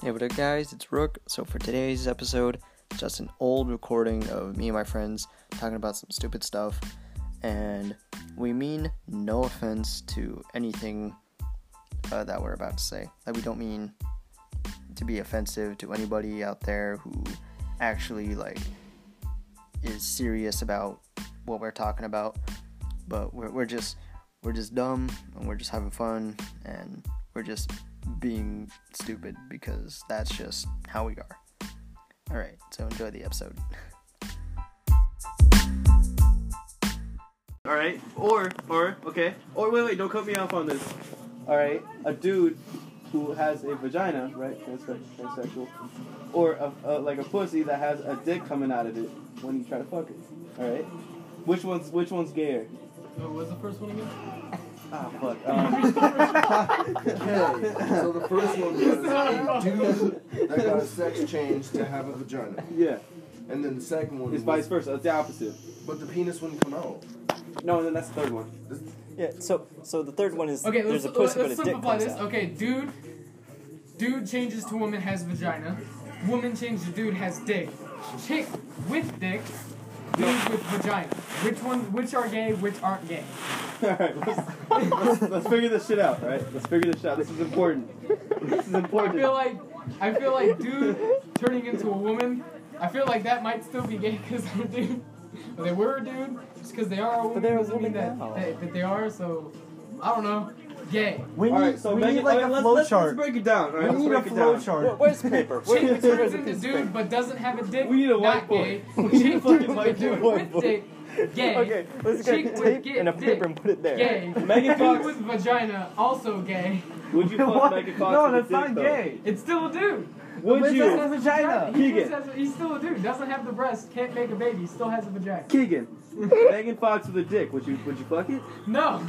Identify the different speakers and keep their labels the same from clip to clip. Speaker 1: Hey, what up, guys? It's Rook. So, for today's episode, just an old recording of me and my friends talking about some stupid stuff. And we mean no offense to anything uh, that we're about to say. Like, we don't mean to be offensive to anybody out there who actually, like, is serious about what we're talking about. But we're, we're just. We're just dumb and we're just having fun and we're just being stupid because that's just how we are. All right, so enjoy the episode.
Speaker 2: All right, or or okay, or wait wait, don't cut me off on this. All right, a dude who has a vagina, right, transsex- transsexual, or a, a, like a pussy that has a dick coming out of it when you try to fuck it. All right, which one's which one's gayer?
Speaker 3: Oh, What was the first one again?
Speaker 2: Ah fuck. Um,
Speaker 4: Okay, so the first one was a dude that got a sex change to have a vagina.
Speaker 2: yeah,
Speaker 4: And then the second one
Speaker 2: it's
Speaker 4: was,
Speaker 2: vice versa. It's the opposite.
Speaker 4: but the penis wouldn't come out.
Speaker 2: No, and then that's the third one.
Speaker 5: Yeah, so so the third one is
Speaker 3: Okay,
Speaker 5: there's
Speaker 3: let's, uh,
Speaker 5: a pussy but
Speaker 3: let's
Speaker 5: a dick
Speaker 3: simplify
Speaker 5: comes
Speaker 3: this.
Speaker 5: out.
Speaker 3: Okay, dude, dude changes to woman has vagina. Woman changes to dude has dick. Chick with dick, dude with vagina. Which one? Which are gay? Which aren't gay?
Speaker 2: All right, let's, let's, let's figure this shit out. Right, let's figure this shit out. This is important. This is
Speaker 3: I
Speaker 2: important.
Speaker 3: feel like I feel like dude turning into a woman. I feel like that might still be gay because I'm a dude. But they were a dude just because they are a woman.
Speaker 5: they're a
Speaker 3: doesn't mean
Speaker 5: woman
Speaker 3: that,
Speaker 5: now.
Speaker 3: that that they are. So I don't know. Gay.
Speaker 6: We need,
Speaker 2: All right, so
Speaker 6: we
Speaker 2: Megan,
Speaker 6: need like
Speaker 2: all right,
Speaker 6: a
Speaker 2: let's,
Speaker 6: flow
Speaker 2: let's,
Speaker 6: chart.
Speaker 2: Let's break it down. All right,
Speaker 6: we need a
Speaker 2: let's break it
Speaker 6: flow
Speaker 2: down.
Speaker 6: chart.
Speaker 5: Where- where's the paper? Where-
Speaker 3: Chick
Speaker 5: where
Speaker 3: turns
Speaker 5: is the
Speaker 3: into
Speaker 5: piece of
Speaker 3: dude
Speaker 5: paper?
Speaker 3: but doesn't have a dick.
Speaker 2: We need a
Speaker 3: not
Speaker 2: white
Speaker 3: gay.
Speaker 2: boy.
Speaker 3: Chick turns
Speaker 2: fucking
Speaker 3: into a
Speaker 2: white
Speaker 3: dude
Speaker 2: boy.
Speaker 3: with dick. Gay.
Speaker 5: Okay, let's
Speaker 3: Chick
Speaker 5: get
Speaker 3: with
Speaker 5: tape
Speaker 3: gay
Speaker 5: and a paper
Speaker 3: dick.
Speaker 5: and put it there.
Speaker 3: Gay.
Speaker 2: Megan
Speaker 3: Dude
Speaker 2: Fox.
Speaker 3: with vagina also gay.
Speaker 2: Would you fuck
Speaker 6: What?
Speaker 2: Megan Fox?
Speaker 6: no,
Speaker 2: with a
Speaker 6: that's
Speaker 2: dick,
Speaker 6: not
Speaker 2: though?
Speaker 6: gay.
Speaker 3: It's still a dude.
Speaker 2: Would
Speaker 6: It's just a
Speaker 2: you?
Speaker 3: Not-
Speaker 6: vagina.
Speaker 3: he
Speaker 2: Keegan.
Speaker 3: just has- he's still a dude. Doesn't have the breast. Can't make a baby. Still has a vagina.
Speaker 2: Keegan. Megan Fox with a dick. Would you? Would you fuck it?
Speaker 3: No.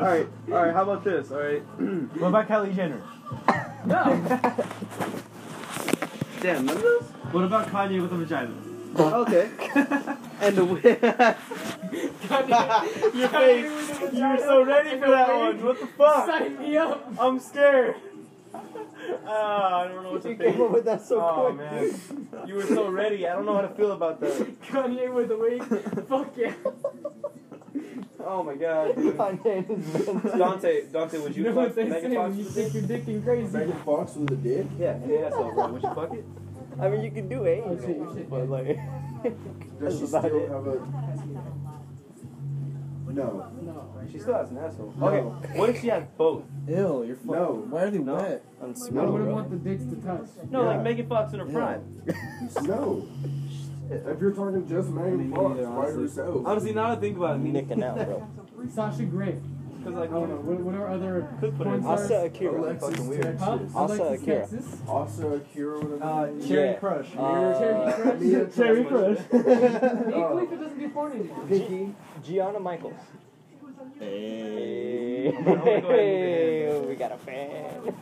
Speaker 2: All right. All right. How about this? All right.
Speaker 6: What about Kylie Jenner?
Speaker 3: No.
Speaker 2: Damn. None of those.
Speaker 6: What about Kanye with a vagina?
Speaker 2: Okay. and the wi-
Speaker 3: Your
Speaker 6: You were so ready for that one. What the fuck?
Speaker 3: Sign me up.
Speaker 6: I'm scared. Ah, I don't know what to think.
Speaker 5: What would that so
Speaker 6: Oh
Speaker 5: quick?
Speaker 6: man, you were so ready. I don't know how to feel about that.
Speaker 3: Kanye with a wig. Fuck yeah.
Speaker 2: oh my god. Dude.
Speaker 5: Kanye and his man.
Speaker 2: Dante. Dante. Would
Speaker 3: You
Speaker 2: you
Speaker 3: know
Speaker 2: fuck
Speaker 3: what they say
Speaker 2: Megan Fox
Speaker 3: when you
Speaker 2: with a
Speaker 3: think
Speaker 2: dick?
Speaker 3: you're dick and crazy.
Speaker 4: Megan Fox with a dick.
Speaker 2: Yeah. Yeah. That's all. Right. Would you fuck it?
Speaker 5: I mean, you can do it,
Speaker 3: Oh, shit, shit.
Speaker 5: but like,
Speaker 4: Does she
Speaker 5: That's about
Speaker 4: still
Speaker 5: it.
Speaker 4: have a? No,
Speaker 2: She still has an asshole. Okay. What if she has both?
Speaker 6: Ew, you're fucking.
Speaker 4: No.
Speaker 6: Why are they
Speaker 2: No.
Speaker 6: wet?
Speaker 5: I'm
Speaker 3: I
Speaker 5: smart.
Speaker 4: No.
Speaker 3: wouldn't want the dicks to touch.
Speaker 2: No,
Speaker 4: Yeah.
Speaker 2: like Megan Fox in her prime.
Speaker 4: no. If you're talking just Megan
Speaker 2: Me
Speaker 4: Fox
Speaker 2: neither,
Speaker 4: by
Speaker 2: honestly.
Speaker 4: herself,
Speaker 2: Honestly, now that I think about it,
Speaker 5: Nicking out, bro.
Speaker 3: Sasha Grey.
Speaker 2: Because like,
Speaker 3: I don't know. What, what are other
Speaker 2: Could put it
Speaker 3: porn
Speaker 2: in.
Speaker 3: stars?
Speaker 5: Asa Akira.
Speaker 4: Alexis
Speaker 2: fucking weird.
Speaker 3: Huh?
Speaker 4: Texas,
Speaker 5: Asa
Speaker 3: Alexis
Speaker 5: Akira.
Speaker 3: Texas?
Speaker 4: Asa Akira, whatever.
Speaker 6: Cherry
Speaker 5: yeah.
Speaker 6: Crush.
Speaker 5: Uh,
Speaker 3: Cherry
Speaker 4: Mia
Speaker 3: Crush.
Speaker 6: Cherry
Speaker 4: Crush.
Speaker 6: Crush.
Speaker 3: Equally, if it doesn't do porn anymore.
Speaker 5: G- Gianna Michaels. Hey.
Speaker 2: Hey,
Speaker 5: we got a fan.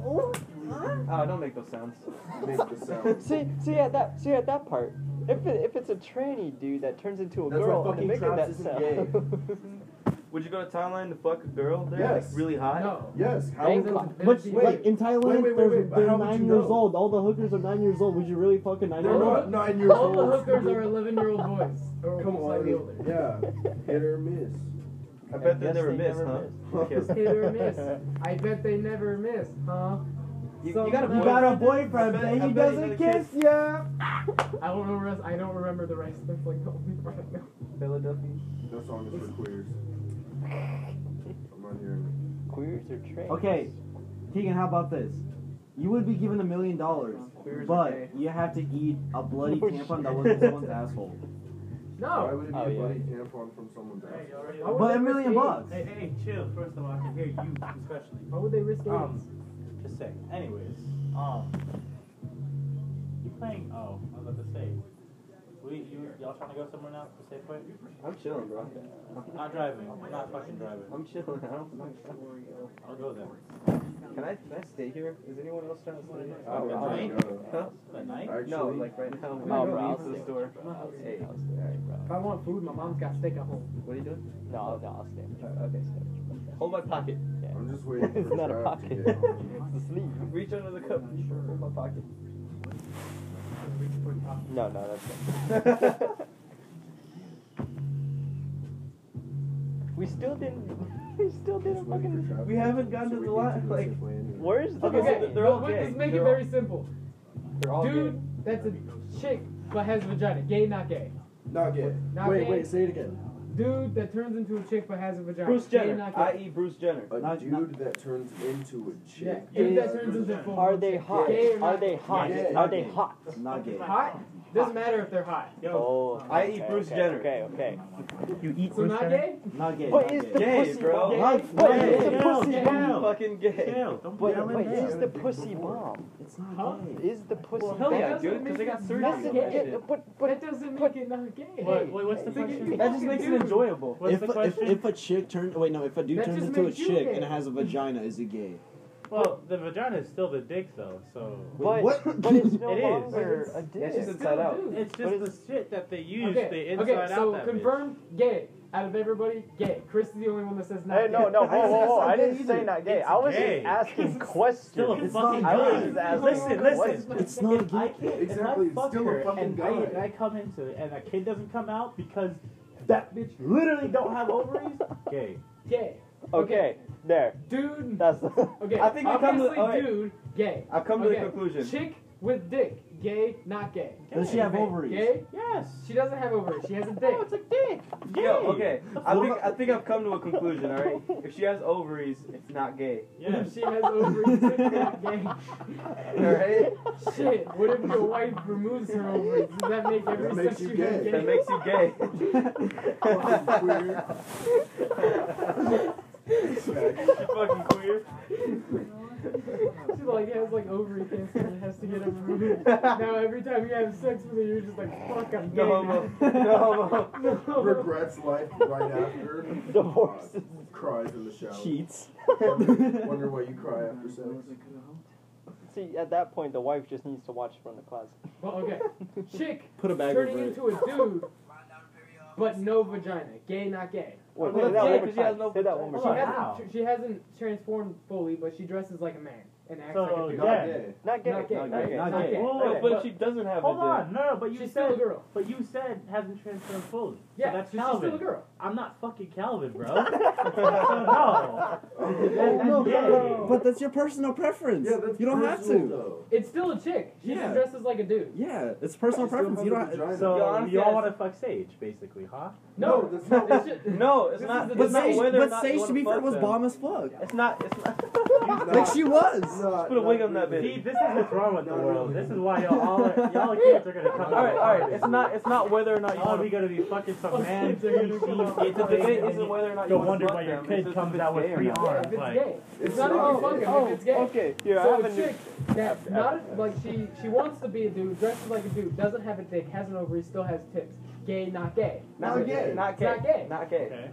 Speaker 2: Oh, don't make those sounds.
Speaker 4: Make the sound.
Speaker 5: See, see at that, see at that part. If it, if it's a tranny dude that turns into a
Speaker 4: That's why
Speaker 5: girl,
Speaker 4: fucking
Speaker 5: and making
Speaker 4: Travis
Speaker 5: that
Speaker 4: isn't
Speaker 5: sound.
Speaker 2: Would you go to Thailand to fuck a girl there?
Speaker 4: Yes.
Speaker 2: Like really hot?
Speaker 3: No.
Speaker 4: Yes. How
Speaker 5: Thank
Speaker 4: would
Speaker 5: God.
Speaker 6: But
Speaker 3: Wait,
Speaker 6: like in Thailand,
Speaker 4: wait, wait,
Speaker 6: they're,
Speaker 4: wait, but
Speaker 6: they're
Speaker 4: how would
Speaker 6: nine
Speaker 4: you
Speaker 6: years
Speaker 4: know?
Speaker 6: old. All the hookers are nine years old. Would you really fuck a nine
Speaker 4: They're
Speaker 6: year
Speaker 4: not
Speaker 6: old?
Speaker 4: nine years
Speaker 3: All
Speaker 4: old.
Speaker 3: the hookers are 11 year old boys. Or
Speaker 4: Come
Speaker 3: slightly
Speaker 4: on.
Speaker 3: older.
Speaker 4: Yeah. Hit or miss.
Speaker 2: I bet they
Speaker 5: guess
Speaker 2: never
Speaker 5: they
Speaker 2: miss,
Speaker 5: never
Speaker 2: huh?
Speaker 4: miss.
Speaker 2: Okay.
Speaker 3: Hit or miss. I bet they never miss, huh?
Speaker 2: You,
Speaker 3: So-
Speaker 2: you got a
Speaker 6: You
Speaker 2: boyfriend?
Speaker 6: got a
Speaker 2: I
Speaker 6: boyfriend,
Speaker 2: bet-
Speaker 6: but
Speaker 2: I
Speaker 6: he
Speaker 2: bet he
Speaker 6: doesn't
Speaker 2: doesn't
Speaker 6: kiss ya.
Speaker 3: I don't know. Rest, I don't remember the rest. That's like the only part I know.
Speaker 2: Philadelphia.
Speaker 4: That song is for queers. I'm not hearing
Speaker 5: Queers or trannies?
Speaker 6: Okay, Keegan, how about this? You would be given a million dollars,
Speaker 2: Queers are gay.
Speaker 6: but you have to eat a bloody
Speaker 5: Oh,
Speaker 6: tampon
Speaker 5: shit.
Speaker 6: that was in someone's asshole.
Speaker 4: it. Why
Speaker 3: No.
Speaker 4: would it be
Speaker 5: Oh,
Speaker 4: a
Speaker 5: yeah.
Speaker 4: bloody tampon from someone's ass?
Speaker 3: Why would
Speaker 6: But
Speaker 3: they
Speaker 6: a million
Speaker 3: risk AIDS?
Speaker 6: bucks.
Speaker 7: Hey, hey, chill. First of all, I can hear you, especially.
Speaker 3: Why would they risk AIDS?
Speaker 7: Um, Just saying. Anyways, um, you playing? Oh, I was about to say. We, you, y'all trying to go somewhere now? The safe way?
Speaker 2: I'm chilling, bro.
Speaker 7: Not driving. I'm not fucking driving.
Speaker 2: I'm chilling. I don't fucking
Speaker 7: I'll go there.
Speaker 2: Can I, can I stay here? Is anyone else trying to stay here?
Speaker 4: Oh,
Speaker 7: I'll
Speaker 4: my
Speaker 7: drink.
Speaker 4: God.
Speaker 2: Huh?
Speaker 7: At night?
Speaker 4: Actually,
Speaker 2: No, like right now. We
Speaker 5: Oh,
Speaker 2: don't
Speaker 5: bro, I'll
Speaker 2: leave
Speaker 5: stay
Speaker 2: the
Speaker 5: with
Speaker 2: store.
Speaker 5: you, bro. I'll stay-
Speaker 2: Hey.
Speaker 5: I'll stay, bro.
Speaker 3: if I want food, my mom's got steak at home.
Speaker 2: What are you doing?
Speaker 5: No, no, I'll stay. with you.
Speaker 2: Okay.
Speaker 5: I'll stay with you.
Speaker 7: Hold my pocket.
Speaker 4: I'm just waiting for
Speaker 1: It's not a
Speaker 4: Trav to
Speaker 1: pocket.
Speaker 4: get home.
Speaker 1: It's a sleeve.
Speaker 7: Reach under the cup. Hold my pocket.
Speaker 1: No, no, that's not. we still didn't. We still didn't
Speaker 4: Just waiting
Speaker 1: fucking.
Speaker 4: for Trav
Speaker 2: We
Speaker 4: get
Speaker 2: haven't
Speaker 4: home
Speaker 2: gotten
Speaker 4: so
Speaker 2: to
Speaker 4: we
Speaker 2: the
Speaker 4: can
Speaker 2: line,
Speaker 4: do
Speaker 2: like-
Speaker 4: this plan.
Speaker 1: Where's the
Speaker 7: Okay,
Speaker 1: okay.
Speaker 7: so they're all
Speaker 3: but
Speaker 7: gay.
Speaker 3: Let's make
Speaker 7: They're
Speaker 3: it
Speaker 7: all-
Speaker 3: very simple.
Speaker 7: They're all
Speaker 3: Dude, that's a chick but has vagina. Gay, not gay.
Speaker 4: Not yet.
Speaker 3: Not
Speaker 4: wait,
Speaker 3: gay.
Speaker 4: wait, say it again.
Speaker 3: Dude that turns into a chick but has a vagina.
Speaker 2: Bruce
Speaker 3: Gay,
Speaker 2: Jenner,
Speaker 3: not gay.
Speaker 2: i.e. Bruce Jenner.
Speaker 4: A
Speaker 6: Not-
Speaker 4: dude that turns into a
Speaker 3: yeah.
Speaker 4: chick.
Speaker 3: Dude that turns into a full
Speaker 1: Are
Speaker 3: grown
Speaker 1: they
Speaker 3: chick.
Speaker 1: hot?
Speaker 3: Gay or
Speaker 1: Are
Speaker 3: not
Speaker 1: they
Speaker 3: gay?
Speaker 1: hot?
Speaker 4: Yeah, yeah,
Speaker 1: Are they
Speaker 4: yeah.
Speaker 1: hot?
Speaker 6: Not gay.
Speaker 3: hot? Doesn't matter if they're hot.
Speaker 1: Oh,
Speaker 2: I eat
Speaker 1: okay,
Speaker 2: Bruce
Speaker 1: okay,
Speaker 2: Jenner.
Speaker 1: Okay, okay.
Speaker 6: You eat
Speaker 3: So not gay?
Speaker 6: Not gay.
Speaker 1: But
Speaker 6: not
Speaker 1: is
Speaker 6: gay.
Speaker 1: the
Speaker 2: Gay,
Speaker 1: pussy
Speaker 2: bro.
Speaker 1: bomb?
Speaker 6: Not
Speaker 1: But
Speaker 6: gay.
Speaker 1: is the
Speaker 6: Chill,
Speaker 1: pussy
Speaker 6: chill.
Speaker 1: bomb
Speaker 2: Fucking gay.
Speaker 6: Chill. Don't
Speaker 1: But,
Speaker 6: yell at
Speaker 1: but
Speaker 6: me.
Speaker 1: is the pussy bomb?
Speaker 6: It's not
Speaker 3: Huh?
Speaker 6: gay.
Speaker 1: Is the pussy
Speaker 2: Well,
Speaker 1: bomb?
Speaker 2: hell yeah,
Speaker 3: That doesn't
Speaker 2: dude, because they
Speaker 3: make
Speaker 2: got
Speaker 3: it
Speaker 2: surgery
Speaker 3: not
Speaker 2: on
Speaker 1: That's
Speaker 3: gay.
Speaker 2: that
Speaker 1: it,
Speaker 2: shit.
Speaker 1: it- But
Speaker 3: That
Speaker 1: but
Speaker 3: doesn't
Speaker 1: but-
Speaker 3: make it not gay.
Speaker 7: Wait, wait, what's the
Speaker 1: Hey,
Speaker 7: question?
Speaker 2: That just makes it enjoyable.
Speaker 7: What's
Speaker 6: if,
Speaker 7: the
Speaker 6: a, if,
Speaker 7: question?
Speaker 6: if a chick turns, wait, no, if a dude
Speaker 3: That
Speaker 6: turns
Speaker 3: just
Speaker 6: into a
Speaker 3: makes you
Speaker 6: chick
Speaker 3: gay.
Speaker 6: and has a vagina, is he gay?
Speaker 7: well, the vagina is still the dick, though, so.
Speaker 1: But,
Speaker 6: what?
Speaker 1: but it's no
Speaker 7: It is.
Speaker 1: longer a dick.
Speaker 2: That's just inside out.
Speaker 7: It's
Speaker 1: What
Speaker 7: just
Speaker 1: is-
Speaker 7: the shit that they use,
Speaker 3: Okay,
Speaker 7: the inside
Speaker 3: okay, so
Speaker 7: out that
Speaker 3: confirmed gay. Out of everybody, gay. Chris is the only one that says not
Speaker 1: Hey,
Speaker 3: gay.
Speaker 1: no, no, whoa, whoa,
Speaker 4: Oh,
Speaker 1: whoa! I didn't
Speaker 4: It's
Speaker 1: say not gay. I was
Speaker 7: gay.
Speaker 1: just asking
Speaker 7: Still a
Speaker 1: questions.
Speaker 6: It's
Speaker 7: fucking
Speaker 6: not
Speaker 1: I was
Speaker 6: gay.
Speaker 1: just asking
Speaker 7: Listen,
Speaker 1: questions.
Speaker 7: listen.
Speaker 6: It's not
Speaker 7: I
Speaker 6: gay.
Speaker 7: can't. if
Speaker 4: Exactly,
Speaker 7: I
Speaker 4: it's
Speaker 7: fuck
Speaker 4: still a
Speaker 7: her
Speaker 4: fucking
Speaker 7: and
Speaker 4: guy.
Speaker 7: I, and I come into it, and a kid doesn't come out because that bitch literally don't have ovaries. Gay.
Speaker 3: Gay.
Speaker 1: Okay, there.
Speaker 3: Dude.
Speaker 1: That's
Speaker 3: Okay.
Speaker 2: I think we come to-
Speaker 3: obviously,
Speaker 2: alright.
Speaker 3: dude, gay.
Speaker 2: I've come to
Speaker 3: okay.
Speaker 2: the conclusion.
Speaker 3: Chick with dick, gay, not gay.
Speaker 6: Does she have
Speaker 3: Wait,
Speaker 6: ovaries?
Speaker 3: Gay?
Speaker 7: Yes.
Speaker 3: She doesn't have ovaries. She has a dick.
Speaker 7: Oh, it's a dick. Gay.
Speaker 2: Yo, okay. I think I think I've come to a conclusion. All right. If she has ovaries, it's not gay.
Speaker 7: Yes.
Speaker 3: If she has ovaries, it's not gay.
Speaker 2: All right.
Speaker 3: Shit, what if your wife removes her ovaries? Does that make every
Speaker 4: That makes you
Speaker 3: substitute gay?
Speaker 4: gay.
Speaker 2: That makes you gay.
Speaker 4: Weird.
Speaker 7: You fucking queer.
Speaker 3: She like has like ovary cancer and has to get it removed. now every time you have sex with her, you're just like, fuck, I'm gay.
Speaker 2: No homo. No homo.
Speaker 3: No homo.
Speaker 4: Regrets life right after. Uh,
Speaker 1: divorces,
Speaker 4: Cries in the shower.
Speaker 1: cheats.
Speaker 4: Wonder, wonder why you cry after sex.
Speaker 1: See, at that point, the wife just needs to watch from the closet.
Speaker 3: Well, okay. Chick
Speaker 6: Put a bag
Speaker 3: turning
Speaker 6: over it.
Speaker 3: into a dude, but no vagina. Gay, not gay.
Speaker 1: Wait,
Speaker 2: Well,
Speaker 1: say that one more
Speaker 2: that's gay 'cause she has
Speaker 1: time.
Speaker 2: no
Speaker 1: Say that one
Speaker 3: She
Speaker 1: more
Speaker 7: Oh,
Speaker 1: time.
Speaker 3: hasn't,
Speaker 7: wow.
Speaker 3: she hasn't transformed fully, but she dresses like a man and acts
Speaker 7: So,
Speaker 3: like a dude.
Speaker 4: Not
Speaker 7: Yeah.
Speaker 4: gay.
Speaker 1: Not gay.
Speaker 3: Not gay,
Speaker 6: not gay, not gay.
Speaker 7: Whoa,
Speaker 1: Okay,
Speaker 7: but,
Speaker 1: but-
Speaker 7: she doesn't have
Speaker 2: Hold
Speaker 7: a dick.
Speaker 2: on,
Speaker 7: no, no, but you
Speaker 3: She's
Speaker 7: said,
Speaker 3: still a girl.
Speaker 7: but you said hasn't transformed fully.
Speaker 3: Yeah,
Speaker 7: so that's
Speaker 3: she's
Speaker 7: Calvin.
Speaker 3: still a girl.
Speaker 7: I'm not fucking Calvin, bro. so no.
Speaker 4: Oh,
Speaker 7: That- Oh, that's
Speaker 6: no,
Speaker 7: gay.
Speaker 6: but that's your personal preference.
Speaker 4: Yeah, that's
Speaker 6: you don't have
Speaker 4: personal,
Speaker 6: to.
Speaker 4: Though.
Speaker 3: It's still a chick. She
Speaker 6: Yeah.
Speaker 3: just dresses like a dude.
Speaker 6: Yeah, it's personal
Speaker 4: You still
Speaker 6: preference.
Speaker 4: have
Speaker 6: You
Speaker 4: a
Speaker 6: don't. Have,
Speaker 4: vagina.
Speaker 7: So
Speaker 2: Yo, honestly,
Speaker 7: you all
Speaker 2: I-
Speaker 7: want to fuck Sage, basically, huh?
Speaker 3: No,
Speaker 4: that's not.
Speaker 3: it's just,
Speaker 2: No, it's
Speaker 3: This
Speaker 2: not.
Speaker 3: is the
Speaker 2: It's
Speaker 6: but
Speaker 2: not
Speaker 6: Sage,
Speaker 2: whether or
Speaker 6: but
Speaker 2: not you
Speaker 6: Sage
Speaker 2: wanna
Speaker 6: to be fair,
Speaker 2: fuck
Speaker 6: was
Speaker 2: them.
Speaker 6: bomb as fuck.
Speaker 2: It's not. It's not.
Speaker 6: Like she was.
Speaker 4: Not,
Speaker 2: put a wig on that bitch.
Speaker 7: See, this is what's wrong with the
Speaker 4: No,
Speaker 7: world.
Speaker 4: no.
Speaker 7: This is why y'all all are, y'all kids are gonna come.
Speaker 2: All right, all right. It's not. It's not whether or not you
Speaker 7: Y'all
Speaker 2: want
Speaker 7: be
Speaker 2: to.
Speaker 7: gonna Oh, be fucking some man.
Speaker 3: Kids are gonna come out.
Speaker 7: It's
Speaker 2: The debate isn't whether or not you
Speaker 7: You'll
Speaker 2: want to
Speaker 7: wonder why your kid comes out with three
Speaker 3: yeah, if
Speaker 7: arms.
Speaker 3: it's
Speaker 7: Like,
Speaker 3: gay. It's,
Speaker 4: It's
Speaker 3: not
Speaker 4: not.
Speaker 3: even fucking
Speaker 1: Oh,
Speaker 3: if it's gay.
Speaker 1: okay. Here, I
Speaker 3: so
Speaker 1: have
Speaker 3: a
Speaker 1: a new.
Speaker 3: chick that not a, like she she wants to be a dude, dresses like a dude, doesn't have a dick, has an ovary, still has tips. Gay, not gay.
Speaker 4: Not gay.
Speaker 2: Not
Speaker 3: It's
Speaker 2: gay.
Speaker 3: not gay.
Speaker 2: Not gay.
Speaker 7: okay.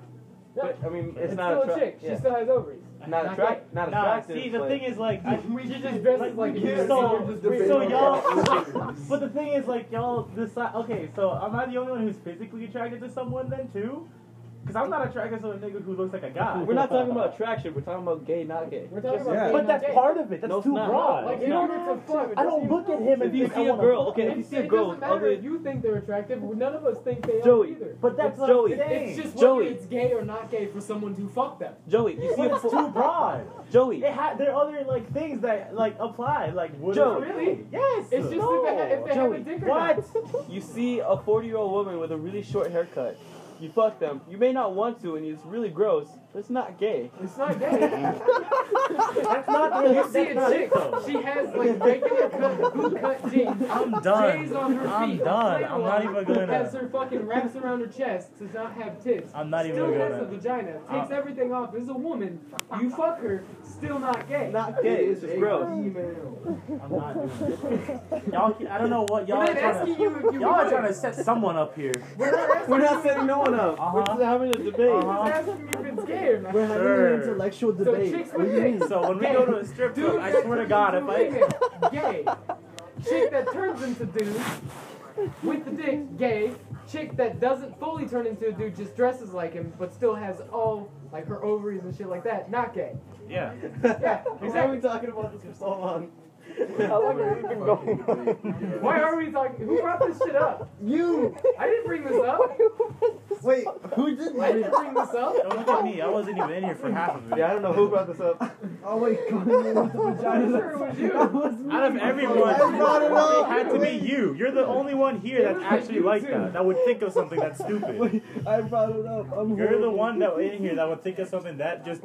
Speaker 3: No,
Speaker 2: But I mean, it's
Speaker 3: it's
Speaker 2: not
Speaker 3: still a
Speaker 2: attra-
Speaker 3: chick. She
Speaker 2: yeah.
Speaker 3: still has ovaries.
Speaker 2: Not
Speaker 3: not
Speaker 2: attract. Not
Speaker 7: Nah,
Speaker 2: attractive.
Speaker 7: see, the
Speaker 2: but-
Speaker 7: thing is, like, I, we
Speaker 3: She just dresses like a
Speaker 7: you
Speaker 3: dude.
Speaker 7: so-
Speaker 4: We're just
Speaker 7: so
Speaker 4: debating
Speaker 7: y'all-
Speaker 4: about-
Speaker 7: But the thing is, like, y'all decide. Okay, so am I the only one who's physically attracted to someone then too? Because I'm not attracted to a nigga who looks like a guy.
Speaker 2: We're not talking about attraction. We're talking about gay, not gay.
Speaker 3: We're talking about
Speaker 6: Yeah.
Speaker 3: gay,
Speaker 7: But
Speaker 3: not
Speaker 7: that's
Speaker 3: gay.
Speaker 7: part of it. That's
Speaker 2: No, it's
Speaker 7: too
Speaker 2: not.
Speaker 7: broad.
Speaker 3: Like
Speaker 7: It's
Speaker 3: in
Speaker 7: not-
Speaker 3: order to fuck,
Speaker 7: I don't look at him
Speaker 2: If
Speaker 7: and
Speaker 2: you
Speaker 7: think I
Speaker 2: see a
Speaker 7: wanna
Speaker 2: girl,
Speaker 7: fuck
Speaker 2: okay,
Speaker 7: him.
Speaker 2: if you see a
Speaker 3: it
Speaker 2: girl
Speaker 3: doesn't
Speaker 2: with
Speaker 3: matter
Speaker 2: ugly,
Speaker 3: if you think they're attractive. None of us think they are
Speaker 2: Joey,
Speaker 3: either.
Speaker 7: But that's
Speaker 2: It's
Speaker 7: what
Speaker 2: Joey.
Speaker 7: I'm saying.
Speaker 3: It's just
Speaker 2: Joey.
Speaker 3: whether it's gay or not gay for someone to fuck them.
Speaker 2: Joey, you see
Speaker 7: But
Speaker 2: a
Speaker 7: it's too
Speaker 2: full
Speaker 7: broad.
Speaker 2: Joey.
Speaker 7: It ha- there are other like things that like apply. Like would
Speaker 2: Joe,
Speaker 7: it-
Speaker 3: really?
Speaker 7: Yes.
Speaker 3: It's just
Speaker 7: no.
Speaker 3: if they, ha- if they have a dick or not.
Speaker 7: What?
Speaker 2: You see a 40 year old woman with a really short haircut. You fuck them. You may not want to, and it's really gross, but it's not gay.
Speaker 3: It's not gay.
Speaker 7: That's not.
Speaker 3: you
Speaker 7: that's
Speaker 3: see a
Speaker 7: not it,
Speaker 3: chick.
Speaker 7: though.
Speaker 3: She has like regular cut, boot cut jeans.
Speaker 7: I'm
Speaker 3: J's on her
Speaker 7: I'm
Speaker 3: feet.
Speaker 7: done. I'm not
Speaker 3: Playboy
Speaker 7: even gonna-
Speaker 3: Has her fucking wraps around her chest. Does not have tits.
Speaker 7: I'm not even
Speaker 3: still
Speaker 7: gonna-
Speaker 3: has a vagina. Takes
Speaker 7: I'm-
Speaker 3: everything off. Is a woman. You fuck her. Still not gay.
Speaker 2: Not gay. It's just gross.
Speaker 4: Email.
Speaker 7: I'm not doing it. Y'all, keep- I don't know what y'all
Speaker 3: We're
Speaker 7: are
Speaker 3: not
Speaker 7: trying
Speaker 3: asking
Speaker 7: to.
Speaker 3: you if you.
Speaker 7: Y'all are
Speaker 3: would.
Speaker 7: trying to set someone up here.
Speaker 3: We're not asking
Speaker 2: We're not
Speaker 3: you if-
Speaker 2: setting no one up. We're
Speaker 7: Uh-huh.
Speaker 2: just having a debate.
Speaker 3: We're
Speaker 7: Uh-huh.
Speaker 3: just asking if it's gay or not.
Speaker 6: We're having
Speaker 7: Sure.
Speaker 6: an intellectual
Speaker 3: So
Speaker 6: debate.
Speaker 3: chicks
Speaker 6: What do
Speaker 3: with
Speaker 6: you
Speaker 3: dick.
Speaker 6: mean?
Speaker 7: So when we go to a strip
Speaker 3: Dude,
Speaker 7: club, I
Speaker 3: that
Speaker 7: swear to
Speaker 3: turns
Speaker 7: God, if
Speaker 3: into
Speaker 7: I
Speaker 3: a gay, chick that turns into dude with the dick, gay, chick that doesn't fully turn into a dude, just dresses like him but still has all like her ovaries and shit like that, not gay.
Speaker 7: Yeah.
Speaker 3: Yeah,
Speaker 1: Why are we
Speaker 3: exactly.
Speaker 1: talking about this for so long?
Speaker 2: How long has this been going on?
Speaker 3: Why are we talking? Who brought this shit up?
Speaker 1: You!
Speaker 3: I didn't bring this up.
Speaker 1: Wait, who did
Speaker 3: I didn't bring this up.
Speaker 7: Don't look at me. I wasn't even in here for half of it.
Speaker 1: Yeah, I don't know who brought this up.
Speaker 6: Oh wait, God, it was the vagina.
Speaker 3: I'm sure it was you.
Speaker 6: That was me.
Speaker 7: Out of everyone,
Speaker 1: That's not at all.
Speaker 7: it had to be you. You're the only one here that's actually like that. That would think of something that's stupid.
Speaker 6: Wait, I brought it up. I'm
Speaker 7: You're the
Speaker 6: horrible.
Speaker 7: one that in here that would think of something that just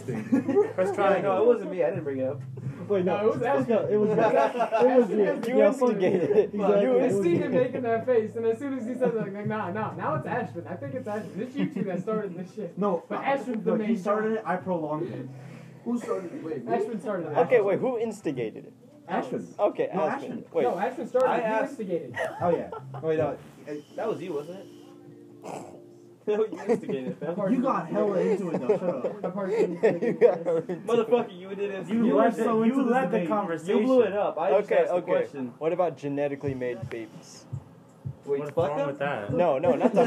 Speaker 7: disgusting. Press
Speaker 1: Yeah, no, it
Speaker 7: triangle.
Speaker 1: wasn't me. I didn't bring it up.
Speaker 6: Wait, no,
Speaker 3: No, it was Ashley.
Speaker 6: No, it was me. It was me.
Speaker 3: You instigated
Speaker 6: it. Exactly.
Speaker 3: You I
Speaker 6: it was
Speaker 3: see
Speaker 6: me.
Speaker 3: him making that face, and as soon as he says that, I'm like, nah, nah, now it's Ashton. I think it's Ashton. It's you two that started this shit.
Speaker 6: No,
Speaker 3: But
Speaker 6: I-
Speaker 3: Ashton's the
Speaker 6: no,
Speaker 3: main
Speaker 6: He started it. I prolonged it.
Speaker 4: Who started? Wait, who-
Speaker 3: Ashton started it.
Speaker 2: Okay, wait, who instigated it?
Speaker 6: Ashton.
Speaker 2: Okay,
Speaker 6: No,
Speaker 2: Ashton.
Speaker 6: Ashton.
Speaker 2: Wait.
Speaker 3: No, Ashton started
Speaker 1: I
Speaker 3: it. He
Speaker 1: asked-
Speaker 3: instigated.
Speaker 6: Oh yeah. Wait, no.
Speaker 1: That was you, wasn't it? No, you instigated it, fam.
Speaker 6: You got hella into it though. Shut up.
Speaker 3: Apart from-
Speaker 1: Motherfucker, you did instigate.
Speaker 7: You
Speaker 6: You
Speaker 7: led
Speaker 6: are so
Speaker 7: the,
Speaker 6: into
Speaker 7: you
Speaker 6: this
Speaker 7: led the
Speaker 6: debate.
Speaker 7: conversation.
Speaker 1: You blew it up. I just
Speaker 2: Okay,
Speaker 1: asked the
Speaker 2: okay.
Speaker 1: question.
Speaker 2: What about genetically made babies?
Speaker 1: Wait,
Speaker 7: What's
Speaker 1: fuck
Speaker 7: wrong
Speaker 1: up?
Speaker 7: with that?
Speaker 2: No, no, not the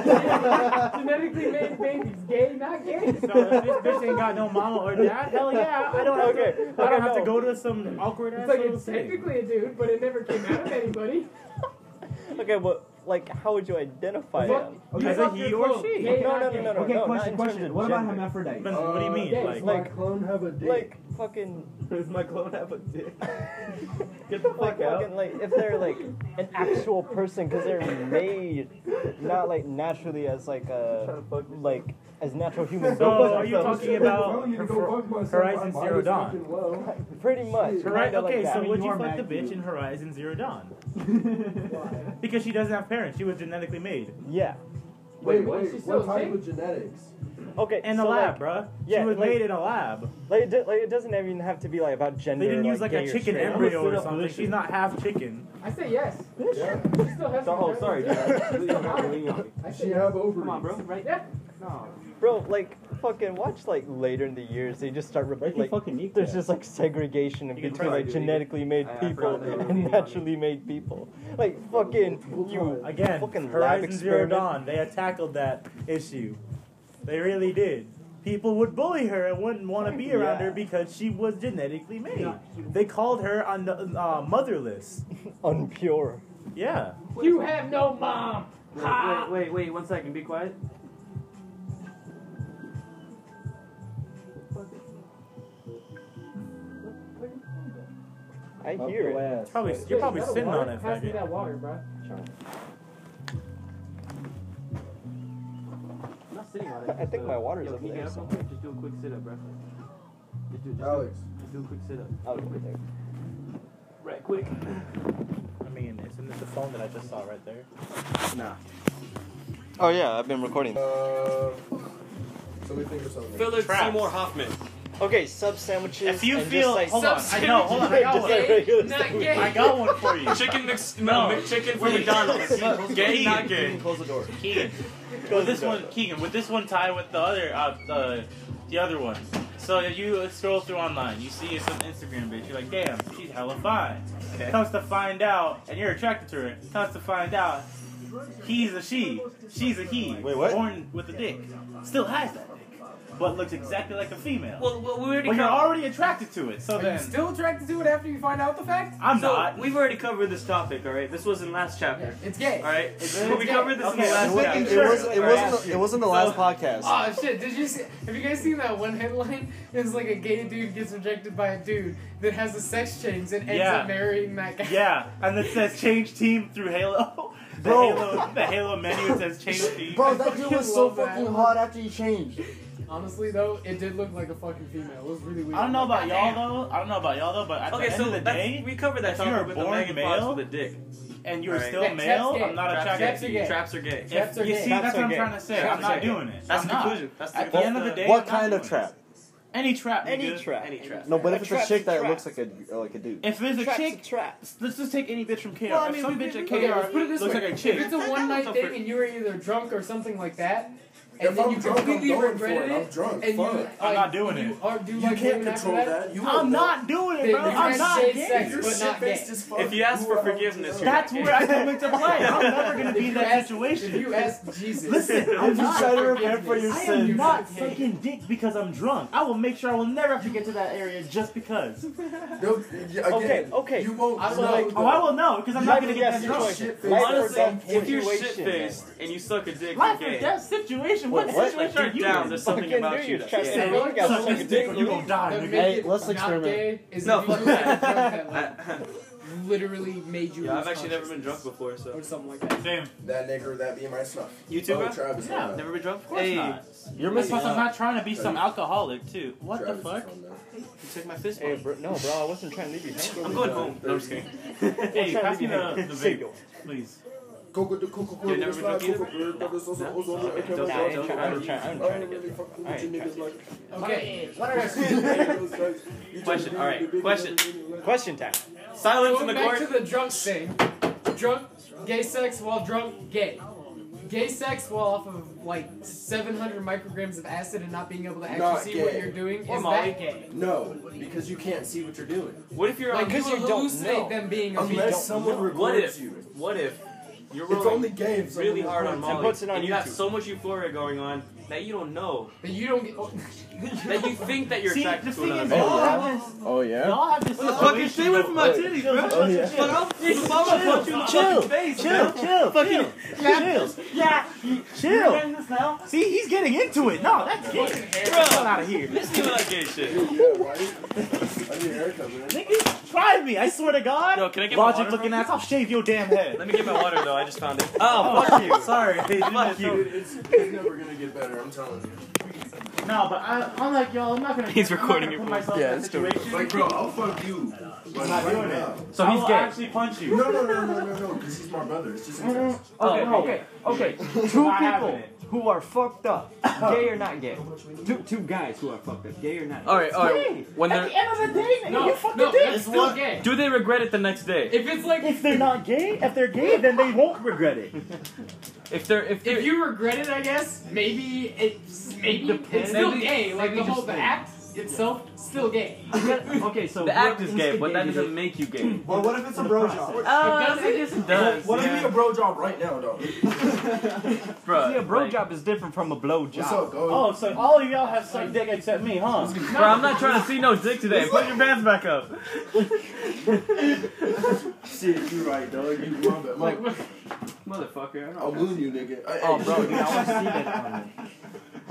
Speaker 3: Genetically made babies, gay, not gay.
Speaker 7: So if this bitch ain't got no mama or dad, hell yeah, I don't have
Speaker 2: Okay,
Speaker 7: to. I
Speaker 2: okay,
Speaker 7: don't have to
Speaker 2: no.
Speaker 7: go to some awkward ass
Speaker 3: It's like
Speaker 7: little
Speaker 3: it's
Speaker 7: thing.
Speaker 3: technically a dude, but it never came out of anybody.
Speaker 2: Okay, but like, how would you identify
Speaker 3: What?
Speaker 2: them?
Speaker 3: You
Speaker 7: As a
Speaker 3: fuck
Speaker 7: he
Speaker 3: your
Speaker 7: or
Speaker 3: clothes,
Speaker 7: she.
Speaker 3: gay,
Speaker 2: No, no,
Speaker 3: not
Speaker 2: no,
Speaker 3: gay.
Speaker 2: no, no.
Speaker 6: Okay,
Speaker 2: not
Speaker 6: question,
Speaker 2: in terms
Speaker 6: question.
Speaker 2: of
Speaker 6: What about
Speaker 2: gender.
Speaker 6: hermaphrodite?
Speaker 7: Depends- what do you mean?
Speaker 3: yeah,
Speaker 7: like,
Speaker 4: My clone have a dick.
Speaker 2: Like fucking,
Speaker 1: Does my clone have a dick? Get the
Speaker 2: like
Speaker 1: fuck out.
Speaker 2: fucking, like if they're like an actual person because they're made, not like naturally as like a like as natural human
Speaker 7: so
Speaker 2: beings.
Speaker 7: are you talking about
Speaker 4: Telling you to go
Speaker 7: Hor-
Speaker 4: fuck myself,
Speaker 7: Horizon
Speaker 4: my
Speaker 7: Zero
Speaker 4: body's
Speaker 7: Dawn?
Speaker 4: fucking well.
Speaker 2: Pretty much.
Speaker 7: Right.
Speaker 2: kinda like
Speaker 7: Okay.
Speaker 2: that.
Speaker 7: So
Speaker 6: mean,
Speaker 7: would
Speaker 6: you
Speaker 7: you
Speaker 6: are
Speaker 7: fuck the
Speaker 6: mad
Speaker 7: bitch
Speaker 6: cute.
Speaker 7: in Horizon Zero Dawn? Because she doesn't have parents. She was genetically made.
Speaker 2: yeah.
Speaker 4: Wait,
Speaker 3: what,
Speaker 4: wait,
Speaker 3: she's
Speaker 4: what
Speaker 3: still
Speaker 4: type
Speaker 3: sick?
Speaker 4: of genetics?
Speaker 2: Okay.
Speaker 7: In
Speaker 2: so
Speaker 7: a
Speaker 2: like,
Speaker 7: lab, bruh.
Speaker 2: yeah,
Speaker 7: she was
Speaker 2: like-
Speaker 7: made in a lab.
Speaker 2: like, it, do- like it doesn't even have to be like about gender.
Speaker 7: They didn't use like
Speaker 2: gay
Speaker 7: a
Speaker 2: or
Speaker 7: chicken
Speaker 2: straight.
Speaker 7: embryo
Speaker 1: sit
Speaker 7: or
Speaker 1: up
Speaker 7: something. She's not half chicken.
Speaker 3: I say yes.
Speaker 4: Yeah.
Speaker 3: She still has.
Speaker 1: So- oh,
Speaker 3: some-
Speaker 1: sorry, dude.
Speaker 3: I say
Speaker 4: She
Speaker 3: yes.
Speaker 4: have ovaries.
Speaker 1: Come on, bro. Right?
Speaker 3: Yeah.
Speaker 2: Bro, like fucking watch like later in the years they just start re- like
Speaker 7: fucking eat
Speaker 2: there's just like segregation
Speaker 7: You can
Speaker 2: between
Speaker 7: try
Speaker 2: like
Speaker 1: to do it.
Speaker 2: genetically made
Speaker 1: I- I
Speaker 2: people
Speaker 1: forgot they were
Speaker 2: and
Speaker 1: eating
Speaker 2: naturally made people. Like fucking you
Speaker 7: Again,
Speaker 2: fucking lab
Speaker 7: Horizon Zero
Speaker 2: experiment.
Speaker 7: Dawn, they had tackled that issue. They really did. People would bully her and wouldn't want to be around
Speaker 2: Yeah.
Speaker 7: her because she was genetically made. They called her on the uh, motherless.
Speaker 2: unpure.
Speaker 7: Yeah.
Speaker 3: You have no mom. Ha!
Speaker 1: Wait, wait, wait, one second. Be quiet.
Speaker 2: I
Speaker 6: Up
Speaker 2: hear
Speaker 6: your
Speaker 2: it.
Speaker 6: ass.
Speaker 7: Probably
Speaker 2: Wait.
Speaker 7: you're
Speaker 3: Yeah,
Speaker 7: probably
Speaker 3: is that a
Speaker 7: sitting
Speaker 3: water?
Speaker 7: on it.
Speaker 3: Pass me
Speaker 7: faggot.
Speaker 3: that water, bro.
Speaker 1: I'm not sitting on it.
Speaker 2: I think
Speaker 1: so-
Speaker 2: my water's
Speaker 1: Yo,
Speaker 2: over
Speaker 1: can you
Speaker 2: there
Speaker 1: get up real
Speaker 2: somewhere.
Speaker 1: quick? Just do a quick sit up, bro. Just do, just
Speaker 4: Alex.
Speaker 1: do, just do a quick sit up.
Speaker 2: Oh, over there.
Speaker 1: Right, quick.
Speaker 7: I mean, isn't it the phone that I just saw right there?
Speaker 1: Nah.
Speaker 2: Oh yeah, I've been recording.
Speaker 4: Uh, so we think of something.
Speaker 8: Philip
Speaker 7: Traps.
Speaker 8: Seymour Hoffman.
Speaker 2: Okay, sub sandwiches.
Speaker 8: If you
Speaker 2: and
Speaker 8: feel-
Speaker 2: just, like,
Speaker 8: hold
Speaker 2: sub-
Speaker 8: on, I know, hold on, I got one.
Speaker 2: Just like regular
Speaker 8: Not
Speaker 2: sandwiches.
Speaker 8: gay.
Speaker 7: I got one for you.
Speaker 8: Chicken McS- no, McChicken from McDonald's. gay, not gay.
Speaker 1: Close the door.
Speaker 8: Keegan. With this one, Keegan. Would this one tie with the other, uh, the, the other one? So if you scroll through online, you see some Instagram bitch. You're like, damn, she's hella fine. Comes to find out, and you're attracted to her. Comes to find out, he's a she, she's a he.
Speaker 2: Wait, what?
Speaker 8: Born with a dick, still has that dick, but looks exactly like a female.
Speaker 9: Well, well, we already
Speaker 8: Well, you're
Speaker 9: covered.
Speaker 8: already attracted to it. So
Speaker 3: Are you
Speaker 8: then,
Speaker 3: still attracted to it after you find out the fact?
Speaker 8: I'm
Speaker 9: so
Speaker 8: not.
Speaker 9: We've already covered this topic. All right, this was in last chapter.
Speaker 3: It's gay.
Speaker 9: All right,
Speaker 8: Really?
Speaker 9: we covered this in
Speaker 8: Okay,
Speaker 9: the
Speaker 8: I'm
Speaker 9: last
Speaker 8: making
Speaker 9: chapter.
Speaker 8: sure. It was-
Speaker 10: it wasn't. It wasn't the last podcast.
Speaker 3: Oh shit! Did you see? Have you guys seen that one headline? It's like a gay dude gets rejected by a dude that has a sex change and ends
Speaker 8: Yeah.
Speaker 3: up marrying that guy.
Speaker 8: Yeah, and it says change team through Halo. The
Speaker 4: Bro.
Speaker 8: Halo, the Halo menu says change team.
Speaker 4: Bro, that dude
Speaker 3: fucking
Speaker 4: was so
Speaker 3: love that.
Speaker 4: fucking hot after he changed.
Speaker 3: Honestly though, it did look like a fucking female. It was really weird.
Speaker 8: I don't know about
Speaker 3: Like,
Speaker 8: y'all
Speaker 3: "Goddamn."
Speaker 8: though. I don't know about y'all though, but at
Speaker 9: Okay,
Speaker 8: the end
Speaker 9: so
Speaker 8: of the
Speaker 9: that's-
Speaker 8: day,
Speaker 9: we covered that
Speaker 8: if you're a
Speaker 9: topic with the
Speaker 8: born
Speaker 9: Megan
Speaker 8: male-
Speaker 9: Fox with a dick.
Speaker 8: and you're
Speaker 9: Right.
Speaker 8: still
Speaker 3: Yeah,
Speaker 8: male,
Speaker 3: traps
Speaker 8: I'm not
Speaker 9: gay.
Speaker 8: attracted
Speaker 3: Traps
Speaker 8: to
Speaker 3: are
Speaker 8: you.
Speaker 3: gay.
Speaker 9: Traps are gay.
Speaker 3: Traps
Speaker 8: If-
Speaker 3: are
Speaker 8: you
Speaker 3: gay.
Speaker 8: see,
Speaker 2: Traps
Speaker 8: that's
Speaker 2: are
Speaker 8: what I'm
Speaker 2: gay.
Speaker 8: trying to say.
Speaker 9: Traps
Speaker 8: I'm
Speaker 9: are
Speaker 8: not
Speaker 9: gay.
Speaker 8: doing it.
Speaker 9: That's
Speaker 8: I'm
Speaker 9: the
Speaker 8: not.
Speaker 9: conclusion. That's the
Speaker 8: At the
Speaker 9: that's
Speaker 8: end of the day,
Speaker 10: what
Speaker 8: I'm not
Speaker 10: kind of
Speaker 8: doing it.
Speaker 10: trap?
Speaker 8: Any trap.
Speaker 2: Any
Speaker 8: nigga.
Speaker 2: trap.
Speaker 9: Any trap.
Speaker 10: No, but
Speaker 2: A
Speaker 10: if it's a
Speaker 2: trap's
Speaker 10: chick
Speaker 2: a
Speaker 10: that
Speaker 2: trap.
Speaker 10: looks like a like a dude.
Speaker 8: If it's a
Speaker 2: Trap's
Speaker 8: chick,
Speaker 2: trap.
Speaker 8: let's just take any bitch from KR.
Speaker 9: Well, I mean,
Speaker 8: if some
Speaker 9: we-
Speaker 8: bitch at
Speaker 9: we-
Speaker 8: KR
Speaker 3: Put it this
Speaker 8: looks
Speaker 3: way:
Speaker 8: like a chick,
Speaker 3: if it's a one night
Speaker 9: So
Speaker 3: thing
Speaker 9: for-
Speaker 3: and you were either drunk or something like that, and
Speaker 4: if
Speaker 3: then
Speaker 4: I'm
Speaker 3: you
Speaker 4: drunk,
Speaker 3: completely
Speaker 4: I'm going for
Speaker 3: regretted
Speaker 4: it. I'm
Speaker 3: it,
Speaker 4: drunk.
Speaker 3: and you
Speaker 4: Fuck.
Speaker 3: like,
Speaker 7: I'm not doing
Speaker 3: you
Speaker 7: it.
Speaker 3: Are, do you,
Speaker 4: You
Speaker 3: like
Speaker 4: can't
Speaker 3: women after
Speaker 4: control that. You
Speaker 7: I'm not doing it,
Speaker 3: They-
Speaker 7: bro.
Speaker 3: they
Speaker 7: I'm
Speaker 3: just
Speaker 7: not
Speaker 3: say
Speaker 7: gay.
Speaker 3: sex.
Speaker 4: You're
Speaker 3: but not gay.
Speaker 4: shit-faced as fuck.
Speaker 2: If you ask for
Speaker 4: are-
Speaker 2: forgiveness, you're-
Speaker 7: That's where I come into play. I'm never gonna be in
Speaker 3: you
Speaker 7: that
Speaker 3: ask-
Speaker 7: situation.
Speaker 3: If you ask Jesus,
Speaker 7: Listen,
Speaker 3: I'm
Speaker 7: just
Speaker 1: trying to repent for your
Speaker 7: I
Speaker 1: sin.
Speaker 7: am
Speaker 1: You're
Speaker 7: not sucking dick because I'm drunk. I will make sure I will never have to get to that area just because.
Speaker 4: No, again,
Speaker 1: Okay, okay.
Speaker 4: You won't.
Speaker 1: I was
Speaker 4: know
Speaker 1: like-
Speaker 4: that.
Speaker 7: Oh, I will know because I'm
Speaker 1: Life
Speaker 7: not gonna
Speaker 1: or
Speaker 7: get
Speaker 1: death
Speaker 7: that drunk.
Speaker 1: situation.
Speaker 4: Shit-faced
Speaker 1: Life or
Speaker 4: as
Speaker 2: Honestly,
Speaker 1: death
Speaker 2: if you're shit
Speaker 1: situation, man.
Speaker 2: faced and you suck a dick,
Speaker 7: Life
Speaker 2: you're
Speaker 7: or
Speaker 2: gay.
Speaker 7: death situation. What,
Speaker 1: Wait, what?
Speaker 7: situation are
Speaker 2: Deep
Speaker 7: you
Speaker 2: down,
Speaker 7: in?
Speaker 2: there's something
Speaker 1: Fucking
Speaker 2: about
Speaker 1: knew
Speaker 2: you
Speaker 1: you
Speaker 2: that's
Speaker 1: tried
Speaker 2: gay.
Speaker 1: to- you gotta
Speaker 7: Suck
Speaker 1: suck
Speaker 7: this
Speaker 1: a
Speaker 7: dick
Speaker 1: dick
Speaker 7: or you gonna die,
Speaker 3: That
Speaker 7: nigga.
Speaker 3: make
Speaker 1: Hey,
Speaker 3: it
Speaker 1: let's
Speaker 3: not
Speaker 1: experiment.
Speaker 3: gay Is
Speaker 2: No,
Speaker 3: if
Speaker 2: fuck
Speaker 3: you
Speaker 2: that.
Speaker 3: that. Like,
Speaker 2: I-
Speaker 3: literally made you.
Speaker 2: yeah,
Speaker 3: lose
Speaker 2: I've actually never been
Speaker 3: consciousness.
Speaker 2: drunk before, so.
Speaker 3: or something like that.
Speaker 7: Same.
Speaker 4: That nigger, that be my stuff.
Speaker 2: You too,
Speaker 4: Oh,
Speaker 2: bro?
Speaker 4: Travis.
Speaker 7: Yeah,
Speaker 4: uh,
Speaker 2: Never been drunk?
Speaker 7: Of course
Speaker 2: hey,
Speaker 7: not.
Speaker 1: You're
Speaker 7: That's
Speaker 1: missing
Speaker 7: plus I'm
Speaker 1: out.
Speaker 7: not trying to be some alcoholic too. What the
Speaker 4: Travis is
Speaker 7: fuck?
Speaker 4: from there.
Speaker 2: you took my fist.
Speaker 1: Hey, bro, no, bro, I wasn't trying to leave you hanging.
Speaker 2: I'm going home. No, I'm just kidding.
Speaker 1: trying
Speaker 7: Hey,
Speaker 1: to
Speaker 7: pass me
Speaker 1: be
Speaker 7: the, the
Speaker 1: gay.
Speaker 7: vape, please.
Speaker 4: Coco, the Coco, Coco,
Speaker 2: You've never
Speaker 4: this
Speaker 2: been
Speaker 4: live,
Speaker 2: drunk
Speaker 4: Coco, Bird, brothers, also-
Speaker 2: No?
Speaker 4: also-
Speaker 2: Okay,
Speaker 4: I can't
Speaker 2: don't-
Speaker 1: Nah,
Speaker 4: watch
Speaker 1: I ain't
Speaker 4: out.
Speaker 1: trying- I ain't trying- I ain't
Speaker 4: I
Speaker 1: trying to
Speaker 4: don't
Speaker 1: get
Speaker 4: really
Speaker 1: drunk.
Speaker 4: fuck
Speaker 1: I
Speaker 4: with you
Speaker 1: ain't
Speaker 4: niggas like.
Speaker 3: Okay, what
Speaker 4: You
Speaker 3: are
Speaker 4: just be
Speaker 2: Question, all right,
Speaker 4: the
Speaker 2: question.
Speaker 4: nigga like-
Speaker 1: Question time.
Speaker 2: Silence in the
Speaker 3: going back
Speaker 2: court.
Speaker 3: to the drunk thing? Drunk, gay sex while drunk, gay. Gay sex while off of like 700 micrograms of acid and not being able to actually
Speaker 4: Not
Speaker 3: see
Speaker 4: gay.
Speaker 3: what you're doing
Speaker 2: Or
Speaker 3: is
Speaker 2: Molly.
Speaker 3: that gay?
Speaker 4: No, because you can't see what you're doing.
Speaker 2: What if you're
Speaker 3: Like
Speaker 2: on.
Speaker 1: Because
Speaker 3: you
Speaker 1: you don't
Speaker 3: hallucinate
Speaker 1: know.
Speaker 3: them being a beat.
Speaker 4: Unless someone
Speaker 2: What
Speaker 4: records
Speaker 2: if?
Speaker 4: you.
Speaker 2: What if you're
Speaker 4: It's
Speaker 2: rolling
Speaker 4: only gay if someone
Speaker 2: really hard on
Speaker 4: records you.
Speaker 2: Molly
Speaker 1: puts it on
Speaker 2: and you have
Speaker 1: YouTube.
Speaker 2: so much euphoria going on that you don't know
Speaker 3: But you don't get. Oh,
Speaker 2: that you think that you're
Speaker 7: See, the
Speaker 2: attracted to
Speaker 7: thing is,
Speaker 2: another.
Speaker 7: y'all
Speaker 2: man.
Speaker 7: have this.
Speaker 4: Oh yeah.
Speaker 7: Y'all have this.
Speaker 2: What the fuck is
Speaker 7: situation,
Speaker 2: she with
Speaker 7: bro.
Speaker 2: my titties, bro?
Speaker 4: Oh, yeah.
Speaker 2: But I'll if I'm gonna punch you in the
Speaker 1: Chill,
Speaker 2: fucking face,
Speaker 1: chill,
Speaker 2: man.
Speaker 1: chill, chill, chill,
Speaker 7: Yeah.
Speaker 1: chill.
Speaker 7: You're this now.
Speaker 1: See, he's getting into it. No, that's gay. Get the hell out of here.
Speaker 2: Miss me with that gay shit.
Speaker 4: Yeah, right. I need a haircut, man.
Speaker 1: Nigga, try me. I swear to God.
Speaker 2: Yo, can I get my
Speaker 1: Logic
Speaker 2: water,
Speaker 1: looking
Speaker 2: bro?
Speaker 1: ass. I'll shave your damn head.
Speaker 2: Let me get my water though. I just found it. Oh, fuck you. Sorry. Fuck you.
Speaker 4: Dude, it's, it's never gonna get better. I'm telling you.
Speaker 7: No, but I, I'm like, yo, I'm not gonna.
Speaker 2: He's recording
Speaker 7: I'm
Speaker 2: your
Speaker 7: not gonna put myself
Speaker 4: Yeah,
Speaker 7: in that
Speaker 4: it's doing
Speaker 7: situation.
Speaker 4: Like, bro, I'll fuck you. But
Speaker 7: I'm not
Speaker 4: right
Speaker 7: doing
Speaker 4: now.
Speaker 7: it.
Speaker 2: So
Speaker 7: I
Speaker 2: he's
Speaker 7: will
Speaker 2: gay.
Speaker 7: actually punch you.
Speaker 4: No, no, no, no, no, no, because he's my brother. It's just.
Speaker 1: Okay,
Speaker 2: no.
Speaker 1: okay, okay. Two
Speaker 7: Not
Speaker 1: people
Speaker 7: happening.
Speaker 1: who are fucked up, gay or not gay.
Speaker 11: Two, two guys who are fucked up, gay or not.
Speaker 2: All right, all
Speaker 1: Hey,
Speaker 2: right. When
Speaker 1: At
Speaker 2: they're
Speaker 1: the end of the day, nigga,
Speaker 3: no,
Speaker 1: you fucking
Speaker 3: no,
Speaker 1: did.
Speaker 3: that's still gay.
Speaker 2: do they regret it the next day?
Speaker 3: If it's like.
Speaker 1: If they're not gay, if they're gay, then they won't regret it.
Speaker 2: If they're if they're
Speaker 3: If you regret it, I guess maybe it's maybe it's
Speaker 7: depends.
Speaker 3: still
Speaker 7: Maybe-
Speaker 3: gay. Like the
Speaker 7: maybe
Speaker 3: whole
Speaker 7: just
Speaker 3: the
Speaker 7: think.
Speaker 3: act itself still gay.
Speaker 11: okay, so
Speaker 2: the act is gay,
Speaker 11: whoever
Speaker 2: but that
Speaker 11: instigated
Speaker 2: doesn't make you gay.
Speaker 4: Well, what if it's a bro job?
Speaker 2: Uh,
Speaker 3: does
Speaker 2: I guess it does.
Speaker 4: What if
Speaker 2: yeah.
Speaker 4: we a bro job right now, though?
Speaker 2: Bruh,
Speaker 1: See, a bro
Speaker 2: like-
Speaker 1: job is different from a blow
Speaker 4: What's
Speaker 1: job.
Speaker 4: up, dog?
Speaker 7: Oh, so all of y'all have sucked dick except me, huh?
Speaker 2: Bro, I'm not trying to see no dick today. Put your pants back up.
Speaker 4: Shit, you right, dog. You my bad.
Speaker 3: Like,
Speaker 4: My,
Speaker 2: Motherfucker.
Speaker 4: I'll wound you, nigga. I,
Speaker 1: Oh,
Speaker 4: hey,
Speaker 1: bro,
Speaker 4: shit.
Speaker 1: dude, I want to see that. on you.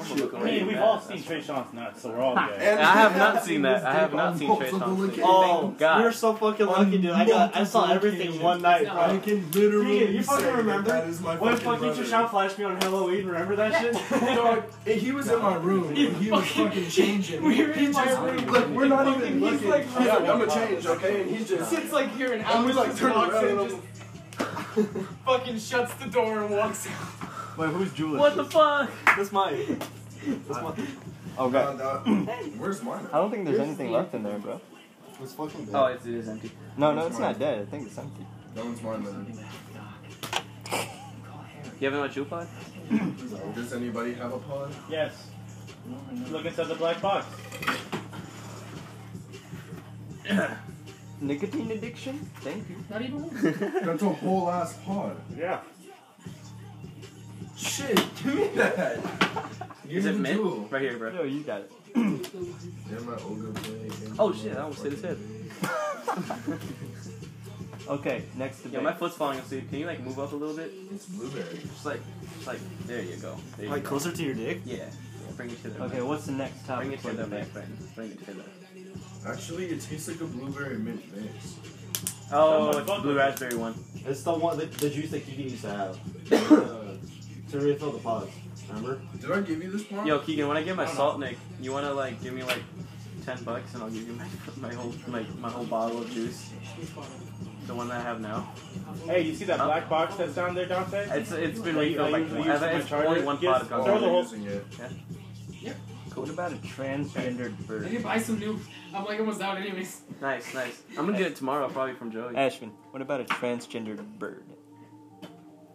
Speaker 4: Shit.
Speaker 7: I mean, we've all seen Trey Sean's nuts, so we're all gay.
Speaker 4: And
Speaker 2: I have
Speaker 4: if
Speaker 2: not
Speaker 4: you
Speaker 2: seen that.
Speaker 4: this
Speaker 2: I have
Speaker 4: dick
Speaker 2: not
Speaker 4: on
Speaker 2: seen Trey
Speaker 4: multiple
Speaker 2: Thompson.
Speaker 4: locations-
Speaker 2: Oh, God.
Speaker 6: You're so fucking lucky, dude. I got, I saw everything one night,
Speaker 3: No.
Speaker 6: bro.
Speaker 4: I can literally
Speaker 6: Dude, you fucking
Speaker 4: say that
Speaker 6: remember?
Speaker 4: that is my
Speaker 6: When
Speaker 4: fucking
Speaker 6: fucking
Speaker 4: brother.
Speaker 6: Trishan flashed me on Halloween, remember that shit?
Speaker 4: Dog, and he was in my room. and He was fucking changing.
Speaker 3: We were in my room.
Speaker 4: Look, we're not even
Speaker 3: He's
Speaker 4: looking.
Speaker 3: like-
Speaker 4: He's like, I'm gonna change, okay? And he's just.
Speaker 3: Sits like here and
Speaker 4: And we
Speaker 3: Alex
Speaker 4: like
Speaker 3: just
Speaker 4: turn
Speaker 3: walks
Speaker 4: around
Speaker 3: in,
Speaker 4: and I'm
Speaker 3: just fucking shuts the door and walks out.
Speaker 1: Wait, who's Julius?
Speaker 2: What the fuck?
Speaker 6: That's mine.
Speaker 1: Oh god,
Speaker 4: Where's mine?
Speaker 1: I don't think there's anything left in there, bro.
Speaker 4: It's fucking dead.
Speaker 2: it is empty.
Speaker 1: No, no, it's not dead. I think it's empty.
Speaker 4: That one's mine, man.
Speaker 2: You haven't watched Jupon?
Speaker 4: Does anybody have a pod?
Speaker 7: Yes. Look inside the black box.
Speaker 1: Nicotine addiction? Thank you.
Speaker 3: Not even one.
Speaker 4: That's a whole ass pod.
Speaker 7: Yeah.
Speaker 4: Shit, give me that.
Speaker 2: Is it mint?
Speaker 4: Jewel.
Speaker 2: Right here, bro.
Speaker 1: No, you got it.
Speaker 4: Yeah, my Olga play.
Speaker 2: Oh shit, I almost hit his head.
Speaker 1: Okay, next
Speaker 2: Yo,
Speaker 1: debate.
Speaker 2: my foot's falling asleep. Can you like move up a little bit?
Speaker 4: It's blueberry.
Speaker 2: Just like, just like, there you go. There you
Speaker 6: Like
Speaker 2: go.
Speaker 6: closer to your dick?
Speaker 2: Yeah. yeah. Bring it to the
Speaker 1: okay, what's the next
Speaker 2: Bring
Speaker 1: topic
Speaker 2: it
Speaker 1: for
Speaker 2: to the
Speaker 1: debate?
Speaker 2: mic, friend. Bring it to the.
Speaker 4: Actually, it tastes like a blueberry mint mix.
Speaker 2: Oh,
Speaker 7: Someone
Speaker 2: it's the
Speaker 7: fucked
Speaker 2: blue
Speaker 7: with
Speaker 2: raspberry one.
Speaker 6: It's the one, the, the juice that Keegan used to have. uh, to refill the pods, remember?
Speaker 4: Did I give you this one?
Speaker 2: Yo, Keegan, when I get my salt nick, you wanna like give me like ten bucks and I'll give you my, my whole like my whole bottle of juice. The one that I have now.
Speaker 7: Hey, you see that
Speaker 2: Huh?
Speaker 7: black box that's down there, Dante?
Speaker 2: It's it's been
Speaker 7: I
Speaker 2: refilled like
Speaker 7: usually
Speaker 2: one-
Speaker 7: use
Speaker 2: I've-
Speaker 7: my
Speaker 2: it's
Speaker 7: charger.
Speaker 2: only one
Speaker 7: Yes.
Speaker 2: pot of
Speaker 4: Oh,
Speaker 7: throw
Speaker 2: coffee.
Speaker 7: the
Speaker 4: I'm
Speaker 7: whole-
Speaker 4: using it.
Speaker 1: What about a transgendered
Speaker 3: I
Speaker 1: bird?
Speaker 3: need to buy some new. I'm like almost out anyways.
Speaker 2: Nice, nice. I'm gonna get it tomorrow, probably from Joey.
Speaker 1: Ashman, what about a transgendered bird?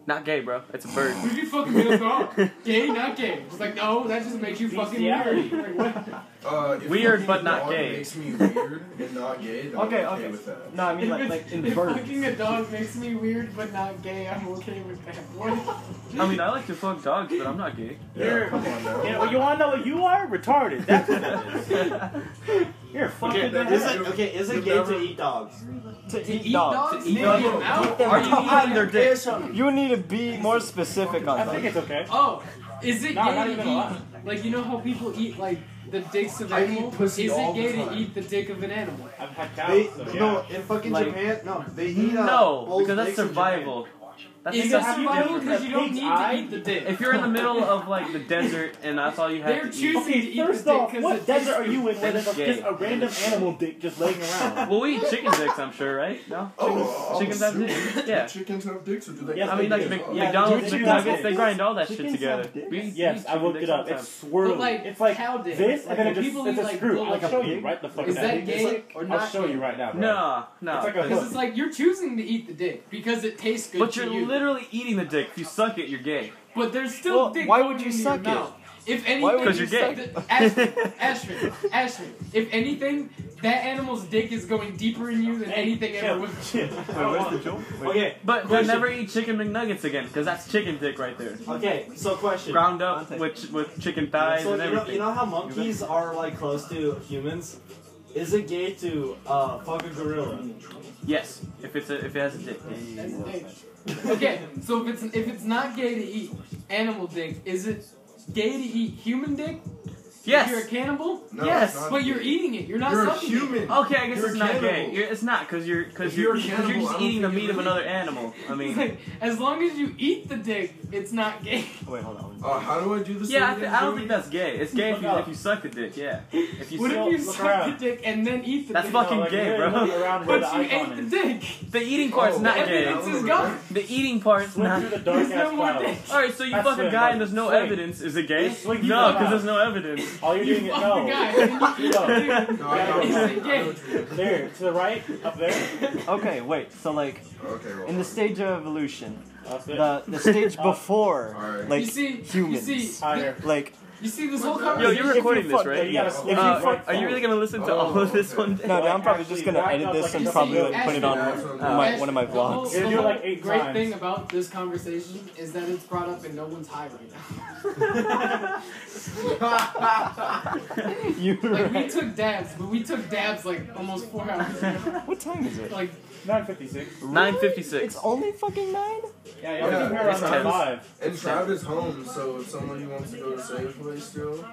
Speaker 2: Not gay, bro. It's a bird.
Speaker 3: Who'd you fucking build off? gay, not gay. It's like, no, that just makes you fucking weird.
Speaker 7: Bestiality.
Speaker 3: Like, what?
Speaker 4: Uh, if
Speaker 2: Weird,
Speaker 4: fucking
Speaker 2: but not
Speaker 4: dog
Speaker 2: gay.
Speaker 4: Makes me weird and not gay. Then
Speaker 7: Okay,
Speaker 4: I'm okay,
Speaker 7: okay.
Speaker 4: with that.
Speaker 5: No, I mean like
Speaker 3: If
Speaker 5: like in
Speaker 3: if
Speaker 5: birds.
Speaker 3: fucking a dog makes me weird but not gay, I'm okay with that. What?
Speaker 2: I mean, I like to fuck dogs, but I'm not gay.
Speaker 4: Yeah, come on now.
Speaker 7: Yeah, well, you want to know what you are? Retarded. That's what that is. You're fucking
Speaker 12: Okay,
Speaker 7: the
Speaker 12: is
Speaker 7: head.
Speaker 12: it okay? Is it
Speaker 4: You've
Speaker 12: gay
Speaker 4: never-
Speaker 12: to eat dogs?
Speaker 5: To
Speaker 3: Eat
Speaker 5: eat dogs.
Speaker 3: dogs?
Speaker 2: to eat dogs.
Speaker 3: Nigga, get out.
Speaker 2: Are you eating their dick?
Speaker 5: You need to be more specific
Speaker 7: I
Speaker 5: on
Speaker 7: think
Speaker 5: that.
Speaker 7: it's okay.
Speaker 3: Oh, is it
Speaker 7: No, not
Speaker 3: gay to
Speaker 7: even
Speaker 3: eat?
Speaker 7: a lot.
Speaker 3: Like you know how people eat like the dicks of
Speaker 4: I eat
Speaker 3: animals. Is
Speaker 4: pussy all
Speaker 3: it
Speaker 4: the
Speaker 3: gay to
Speaker 4: time.
Speaker 3: eat the dick of an animal?
Speaker 7: I've had
Speaker 4: They,
Speaker 7: cows, so yeah.
Speaker 4: No, in fucking
Speaker 2: Like-
Speaker 4: Japan, no, they eat uh,
Speaker 2: No,
Speaker 4: both
Speaker 2: because that's
Speaker 4: legs in
Speaker 2: survival. That's
Speaker 3: Is it
Speaker 2: that's
Speaker 3: survival
Speaker 2: different.
Speaker 3: because you don't
Speaker 7: Pig's
Speaker 3: need
Speaker 7: eye?
Speaker 3: to eat the dick?
Speaker 2: If you're in the middle of like the desert and that's all you have
Speaker 3: They're
Speaker 2: to eat.
Speaker 3: choosing to
Speaker 7: Okay,
Speaker 3: eat the
Speaker 7: first
Speaker 3: dick
Speaker 7: off,
Speaker 3: because
Speaker 7: what
Speaker 3: it
Speaker 7: desert
Speaker 3: tastes
Speaker 7: are you in where there's a,
Speaker 2: That's
Speaker 7: just a random animal dick just laying around?
Speaker 2: Well, we eat chicken dicks, I'm sure, right? No.
Speaker 4: Oh, I'm
Speaker 2: Chickens have
Speaker 4: assuming.
Speaker 2: dicks.
Speaker 4: Do
Speaker 2: Yeah.
Speaker 4: Chickens have dicks, Oh, or do they?
Speaker 7: Yes,
Speaker 2: I mean,
Speaker 7: they
Speaker 2: like
Speaker 7: do.
Speaker 2: Mc-
Speaker 7: Yeah,
Speaker 2: McDonald's,
Speaker 7: chicken
Speaker 2: McNuggets,
Speaker 7: dicks.
Speaker 2: they grind all that shit
Speaker 5: Chickens
Speaker 2: together.
Speaker 5: have dicks?
Speaker 2: We- we
Speaker 7: Yes,
Speaker 2: eat
Speaker 7: I
Speaker 2: chicken
Speaker 7: looked it
Speaker 2: dicks
Speaker 7: up.
Speaker 2: sometimes.
Speaker 7: It's swirly.
Speaker 3: But, like,
Speaker 7: it's like
Speaker 3: how did-
Speaker 7: this,
Speaker 3: like,
Speaker 7: and then
Speaker 3: do
Speaker 7: it's,
Speaker 3: people
Speaker 7: it's
Speaker 3: eat,
Speaker 7: a
Speaker 3: like,
Speaker 7: screw.
Speaker 3: little,
Speaker 7: I'll
Speaker 3: like,
Speaker 7: show
Speaker 5: pig?
Speaker 7: you right the fuck
Speaker 3: Is
Speaker 7: now.
Speaker 3: that
Speaker 7: It's
Speaker 3: gay
Speaker 7: like-
Speaker 3: or not?
Speaker 7: I'll show
Speaker 3: gay?
Speaker 7: you right now, bro.
Speaker 2: No, no.
Speaker 7: It's like a
Speaker 2: but-
Speaker 3: Because it's like you're choosing to eat the dick because it tastes good
Speaker 2: but
Speaker 3: to
Speaker 2: you're
Speaker 3: you.
Speaker 2: literally eating the dick. If you suck it, you're gay.
Speaker 3: but there's still
Speaker 5: Well,
Speaker 3: dick
Speaker 5: why
Speaker 3: going
Speaker 5: would you
Speaker 3: into
Speaker 5: suck
Speaker 3: your
Speaker 5: it?
Speaker 3: mouth. If anything,
Speaker 5: Why would
Speaker 2: you suck
Speaker 3: the- Ashton, Ashton, Ashton. If anything, that animal's dick is going deeper in you than anything ever would.
Speaker 7: Chill.
Speaker 12: Okay,
Speaker 2: But we'll
Speaker 12: Question.
Speaker 2: never eat chicken McNuggets again, because that's chicken dick right there.
Speaker 12: okay. So question.
Speaker 2: Ground up
Speaker 12: Context.
Speaker 2: with with chicken thighs
Speaker 12: so
Speaker 2: and
Speaker 12: you know,
Speaker 2: everything.
Speaker 12: you know how monkeys are like close to humans. Is it gay to uh, fuck a gorilla?
Speaker 2: yes, if it's a, if it has a dick.
Speaker 3: That's dick. Okay, so if it's if it's not gay to eat animal dick, is it gay to eat human dick? If you're a
Speaker 2: Yes.
Speaker 3: cannibal,
Speaker 4: No,
Speaker 2: Yes,
Speaker 4: it's not
Speaker 3: but you're
Speaker 4: gay.
Speaker 3: eating it. You're not
Speaker 4: You're a
Speaker 3: sucking it.
Speaker 4: human.
Speaker 2: Okay, I guess
Speaker 4: You're
Speaker 2: it's
Speaker 4: a
Speaker 2: not
Speaker 4: cannibal.
Speaker 2: gay. You're, it's not because you're because
Speaker 4: If
Speaker 2: you're,
Speaker 4: you're a
Speaker 2: 'cause
Speaker 4: cannibal,
Speaker 2: you're
Speaker 4: I
Speaker 2: just
Speaker 4: don't
Speaker 2: eating the
Speaker 4: think
Speaker 2: meat
Speaker 4: it
Speaker 2: of
Speaker 4: really-
Speaker 2: another animal. I
Speaker 3: It's
Speaker 2: mean,
Speaker 3: like, as long as you eat the dick, it's not gay.
Speaker 5: Wait, hold on.
Speaker 4: Uh, how do I do this?
Speaker 2: yeah, I,
Speaker 4: again,
Speaker 2: th- I don't
Speaker 4: Joey?
Speaker 2: think that's gay. It's gay if you,
Speaker 7: Look
Speaker 2: if you suck the dick. Yeah. If you
Speaker 3: what
Speaker 2: suck,
Speaker 3: if you
Speaker 7: look
Speaker 3: suck
Speaker 7: around.
Speaker 3: the dick and then eat the
Speaker 2: that's
Speaker 3: dick?
Speaker 2: fucking
Speaker 7: like,
Speaker 2: gay,
Speaker 7: really
Speaker 2: bro.
Speaker 7: look around where
Speaker 3: But
Speaker 7: the
Speaker 3: you
Speaker 7: icon
Speaker 3: ate the
Speaker 7: is.
Speaker 3: dick.
Speaker 2: The eating part's
Speaker 4: Oh,
Speaker 2: not
Speaker 4: okay,
Speaker 2: gay.
Speaker 4: now
Speaker 3: Evidence is
Speaker 4: we're
Speaker 3: gone.
Speaker 4: back.
Speaker 2: The eating part's
Speaker 7: Swim
Speaker 2: not.
Speaker 7: through the dark
Speaker 3: There's
Speaker 7: ass
Speaker 3: no more
Speaker 7: clouds.
Speaker 2: All right, so you
Speaker 7: That's
Speaker 2: fuck a
Speaker 7: fair,
Speaker 2: guy
Speaker 7: like,
Speaker 2: and there's no
Speaker 7: swing.
Speaker 2: evidence. Is it gay?
Speaker 7: Just swing through
Speaker 2: no,
Speaker 7: the
Speaker 2: because
Speaker 7: clouds.
Speaker 2: there's no evidence.
Speaker 7: All you're
Speaker 3: You
Speaker 7: doing is
Speaker 3: fuck
Speaker 7: no.
Speaker 3: the guy. and Oh you eat
Speaker 7: No.
Speaker 3: the dick.
Speaker 4: No, I know, I know,
Speaker 3: Is
Speaker 4: I
Speaker 3: it
Speaker 4: know what
Speaker 3: gay?
Speaker 4: you're doing.
Speaker 7: There, to the right, up there.
Speaker 5: Okay, wait. So like
Speaker 4: Okay, well,
Speaker 5: in the stage of evolution,
Speaker 7: That's it.
Speaker 1: Uh,
Speaker 5: the the stage before
Speaker 4: Alright.
Speaker 5: like
Speaker 3: you see,
Speaker 5: humans,
Speaker 3: you see,
Speaker 7: Higher.
Speaker 5: like
Speaker 3: you see this whole
Speaker 4: Yo,
Speaker 2: Yo,
Speaker 4: you're
Speaker 3: conversation.
Speaker 2: you're recording this,
Speaker 5: fuck-
Speaker 2: right?
Speaker 7: Yeah,
Speaker 5: If
Speaker 7: you
Speaker 5: you
Speaker 2: Uh,
Speaker 7: fuck-
Speaker 2: are you really gonna listen to all of this one day?
Speaker 5: No, dude, I'm probably just gonna edit this and probably like, put it on
Speaker 2: Uh,
Speaker 5: my, one of my
Speaker 3: The whole-
Speaker 5: vlogs.
Speaker 7: You're
Speaker 3: the
Speaker 7: doing
Speaker 3: whole
Speaker 7: like eight
Speaker 3: great
Speaker 7: times.
Speaker 3: thing about this conversation is that it's brought up and no one's high right now.
Speaker 5: You're
Speaker 3: Like
Speaker 5: right.
Speaker 3: we took dabs, but we took dabs like almost four hours. ago.
Speaker 5: What time is it?
Speaker 3: Like
Speaker 7: 956.
Speaker 2: Nine fifty six.
Speaker 5: It's only fucking nine.
Speaker 7: Yeah,
Speaker 4: Yeah,
Speaker 7: yeah, yeah. We're
Speaker 2: it's
Speaker 7: around
Speaker 2: tense.
Speaker 7: 5.
Speaker 4: And Trout is home, so if somebody wants to go to Safeway still,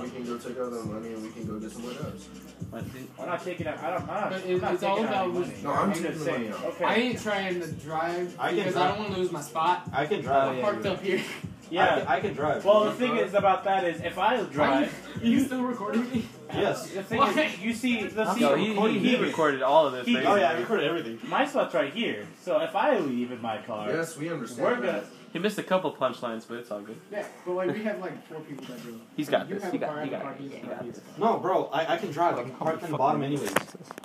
Speaker 4: we can go take out that money and we can go get somewhere else.
Speaker 7: I'm not taking out. I don't, I'm not,
Speaker 3: But it-
Speaker 7: I'm not
Speaker 3: it's
Speaker 7: taking
Speaker 3: all
Speaker 7: out
Speaker 3: about
Speaker 7: any money.
Speaker 3: what-
Speaker 4: No, I'm taking
Speaker 7: just
Speaker 4: the
Speaker 7: saying.
Speaker 4: money out.
Speaker 7: Okay.
Speaker 3: I ain't trying to drive
Speaker 12: I can
Speaker 3: because I don't want to lose my spot.
Speaker 12: I can
Speaker 5: drive.
Speaker 12: drive.
Speaker 5: Oh,
Speaker 3: I'm
Speaker 5: yeah,
Speaker 3: parked
Speaker 5: you're
Speaker 3: up here.
Speaker 12: I
Speaker 7: yeah.
Speaker 12: can, I can drive.
Speaker 7: well, the thing is about that is if I drive,
Speaker 3: Are you, are you still recording me?
Speaker 12: yes.
Speaker 7: the thing
Speaker 3: Why?
Speaker 7: is you see the
Speaker 2: No,
Speaker 7: see
Speaker 2: he, he, he recorded all of this.
Speaker 7: He-
Speaker 2: basically.
Speaker 12: Oh yeah, I recorded everything.
Speaker 7: my spot's right here. So if I leave in my car,
Speaker 4: Yes, we understand.
Speaker 7: we're
Speaker 4: that.
Speaker 7: gonna.
Speaker 2: He missed a couple punchlines, but it's all good.
Speaker 3: Yeah, but like we have like four people that do.
Speaker 2: He's got
Speaker 3: you
Speaker 2: this.
Speaker 3: Have
Speaker 2: He
Speaker 3: a
Speaker 2: got-
Speaker 3: car,
Speaker 2: he
Speaker 3: I have
Speaker 2: got
Speaker 3: a car,
Speaker 2: it.
Speaker 3: he's
Speaker 2: He
Speaker 3: got
Speaker 2: got
Speaker 3: it.
Speaker 12: No, bro, I, I can drive. I'm parked on the bottom anyways.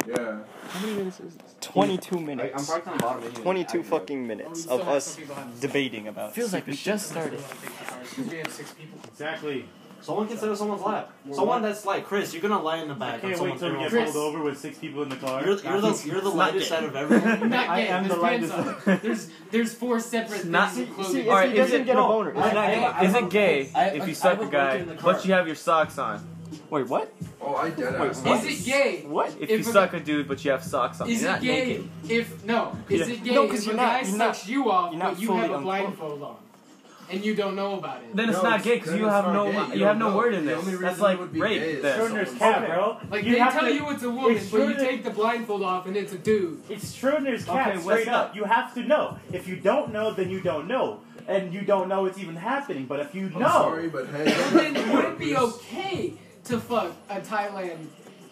Speaker 4: Yeah.
Speaker 2: How many minutes is this?
Speaker 5: Twenty-two
Speaker 12: Like, I'm
Speaker 5: minutes.
Speaker 12: parked on the bottom anyways. I
Speaker 5: Twenty-two
Speaker 12: can drive.
Speaker 5: fucking
Speaker 3: Oh,
Speaker 5: minutes
Speaker 3: we
Speaker 5: of
Speaker 3: still have
Speaker 5: us
Speaker 3: some people that have-
Speaker 5: debating about.
Speaker 1: Feels like we
Speaker 5: stupid shit.
Speaker 1: just started.
Speaker 3: We have six people.
Speaker 7: Exactly.
Speaker 12: Someone can sit on someone's lap. Someone that's like Chris, you're gonna lie in the
Speaker 7: I
Speaker 12: back.
Speaker 7: can't
Speaker 12: on
Speaker 7: wait till we get
Speaker 12: someone's
Speaker 3: Chris.
Speaker 7: pulled over with six people in the car.
Speaker 12: you're, you're the you're the
Speaker 2: not
Speaker 12: lightest
Speaker 2: gay.
Speaker 12: side of everyone.
Speaker 3: Not
Speaker 5: I
Speaker 3: gay.
Speaker 5: am
Speaker 3: there's
Speaker 5: the
Speaker 3: pants on. There's there's four separate
Speaker 2: Not-
Speaker 3: things of
Speaker 5: See,
Speaker 3: clothing.
Speaker 5: if
Speaker 2: Alright,
Speaker 5: he
Speaker 2: is
Speaker 5: doesn't
Speaker 2: it-
Speaker 5: get a
Speaker 12: no,
Speaker 5: boner,
Speaker 12: I-
Speaker 5: it's not
Speaker 12: I-
Speaker 5: gay.
Speaker 12: I-
Speaker 2: Is it gay
Speaker 12: I-
Speaker 2: if
Speaker 12: I
Speaker 2: you suck a
Speaker 12: was
Speaker 2: guy
Speaker 12: working in the car.
Speaker 2: but you have your socks on?
Speaker 5: Wait, what?
Speaker 4: Oh, I dead
Speaker 5: Wait,
Speaker 4: ass.
Speaker 5: what?
Speaker 3: Is it gay?
Speaker 5: What?
Speaker 2: If,
Speaker 3: If
Speaker 2: you
Speaker 3: a-
Speaker 2: suck a dude but you have socks on,
Speaker 3: Is
Speaker 2: you're
Speaker 3: it
Speaker 2: not
Speaker 3: gay
Speaker 2: naked.
Speaker 3: if no? Is
Speaker 2: Yeah.
Speaker 3: it gay
Speaker 5: No, 'cause
Speaker 3: if
Speaker 5: you're
Speaker 3: a
Speaker 5: not-
Speaker 3: guy
Speaker 5: you're not-
Speaker 3: sucks you off
Speaker 5: you're not
Speaker 3: but you
Speaker 5: fully
Speaker 3: have a
Speaker 5: unclothed.
Speaker 3: blindfold on and you don't know about it?
Speaker 2: Then it's
Speaker 4: No,
Speaker 2: not
Speaker 4: it's-
Speaker 2: gay because
Speaker 4: then
Speaker 2: you
Speaker 4: it's
Speaker 2: have
Speaker 4: not
Speaker 2: no
Speaker 4: gay.
Speaker 2: you
Speaker 4: You
Speaker 2: have
Speaker 4: don't
Speaker 2: no
Speaker 4: know.
Speaker 2: word in
Speaker 4: The
Speaker 2: this.
Speaker 4: only
Speaker 2: That's
Speaker 4: reason
Speaker 2: like
Speaker 4: it would be gay
Speaker 2: rape.
Speaker 4: is
Speaker 2: Then.
Speaker 4: so-
Speaker 7: Schrodinger's cat, bro.
Speaker 3: Like
Speaker 7: you
Speaker 3: they
Speaker 7: have
Speaker 3: tell
Speaker 7: to,
Speaker 3: you it's a woman,
Speaker 7: it's
Speaker 3: but you
Speaker 7: Schrodinger-
Speaker 3: take the blindfold off and it's a dude.
Speaker 7: It's Schrodinger's cat
Speaker 2: Okay, what's
Speaker 7: straight up.
Speaker 2: up?
Speaker 7: You have to know. If you don't know, then you don't know. And you don't know it's even happening. But if you
Speaker 4: I'm
Speaker 7: know,
Speaker 4: sorry, but hey.
Speaker 3: Then would it be okay to fuck a Thailand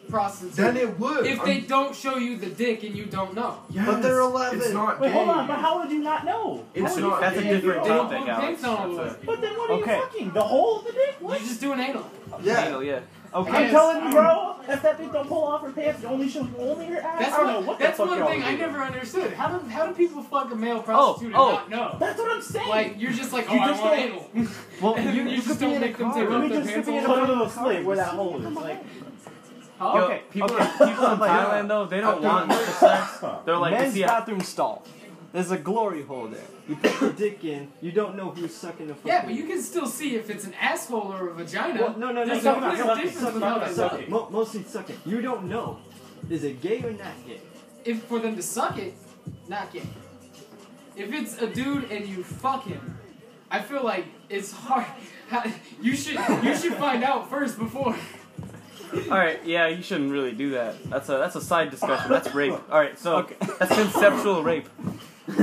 Speaker 3: prostitute?
Speaker 4: Then it would.
Speaker 3: if
Speaker 4: I'm-
Speaker 3: they don't show you the dick and you don't know.
Speaker 4: Yes,
Speaker 12: But they're 11.
Speaker 4: It's not
Speaker 7: wait,
Speaker 4: gay.
Speaker 7: hold on. But how would you not know?
Speaker 4: It's
Speaker 7: How would
Speaker 4: not-
Speaker 7: you-
Speaker 2: That's a
Speaker 4: Yeah,
Speaker 2: different
Speaker 3: They don't
Speaker 2: topic,
Speaker 3: put
Speaker 2: Alex.
Speaker 3: dicks on all
Speaker 2: That's
Speaker 3: the way.
Speaker 2: a-
Speaker 7: But then what are
Speaker 5: Okay.
Speaker 7: you fucking? The whole of the dick?
Speaker 3: You
Speaker 7: What?
Speaker 3: just do an anal.
Speaker 12: Yeah.
Speaker 2: Anal, yeah.
Speaker 7: Okay.
Speaker 3: Yes.
Speaker 7: I'm telling you, bro. If that bitch don't pull off her pants, you only show only her ass.
Speaker 3: That's
Speaker 7: I don't
Speaker 3: one-
Speaker 7: know what
Speaker 3: that's
Speaker 7: the fuck
Speaker 3: one
Speaker 7: y'all
Speaker 3: thing I
Speaker 7: do.
Speaker 3: never understood. How do how do people fuck a male prostitute
Speaker 7: oh.
Speaker 3: and not know?
Speaker 7: That's what I'm saying.
Speaker 3: Like you're just like, oh,
Speaker 7: You
Speaker 3: I
Speaker 7: just
Speaker 3: want
Speaker 7: don't-
Speaker 3: anal.
Speaker 5: Well,
Speaker 3: And
Speaker 5: you,
Speaker 3: you
Speaker 5: you
Speaker 3: just
Speaker 5: could be
Speaker 3: don't
Speaker 5: in a
Speaker 3: make them
Speaker 5: car.
Speaker 3: take
Speaker 7: Let
Speaker 3: off
Speaker 7: me
Speaker 3: their
Speaker 7: just
Speaker 3: pants
Speaker 7: be in
Speaker 3: all the
Speaker 7: a put
Speaker 3: time.
Speaker 7: a little slit where that hole is. Like,
Speaker 3: Huh?
Speaker 2: Yo,
Speaker 3: Okay.
Speaker 2: people, people in Thailand though, they don't want the sex. They're like,
Speaker 5: Men's
Speaker 2: see, I-
Speaker 5: bathroom stall. There's a glory hole there. You put your dick in. You don't know who's sucking the.
Speaker 3: Yeah, but
Speaker 5: fucking-
Speaker 3: you can still see if it's an asshole or a vagina.
Speaker 5: Well, no, no, no,
Speaker 3: There's
Speaker 5: no,
Speaker 3: a
Speaker 5: no,
Speaker 3: clear
Speaker 5: no,
Speaker 3: difference
Speaker 5: no,
Speaker 3: with
Speaker 5: no,
Speaker 3: how
Speaker 5: no,
Speaker 3: they
Speaker 5: no.
Speaker 3: suck it.
Speaker 5: Mo- mostly sucking. You don't know. Is it gay or not gay?
Speaker 3: If for them to suck it, not gay. If it's a dude and you fuck him, I feel like it's hard. You should you should find out first before.
Speaker 2: all right, yeah, you shouldn't really do that. That's a that's a side discussion. That's rape. All right, so that's conceptual rape.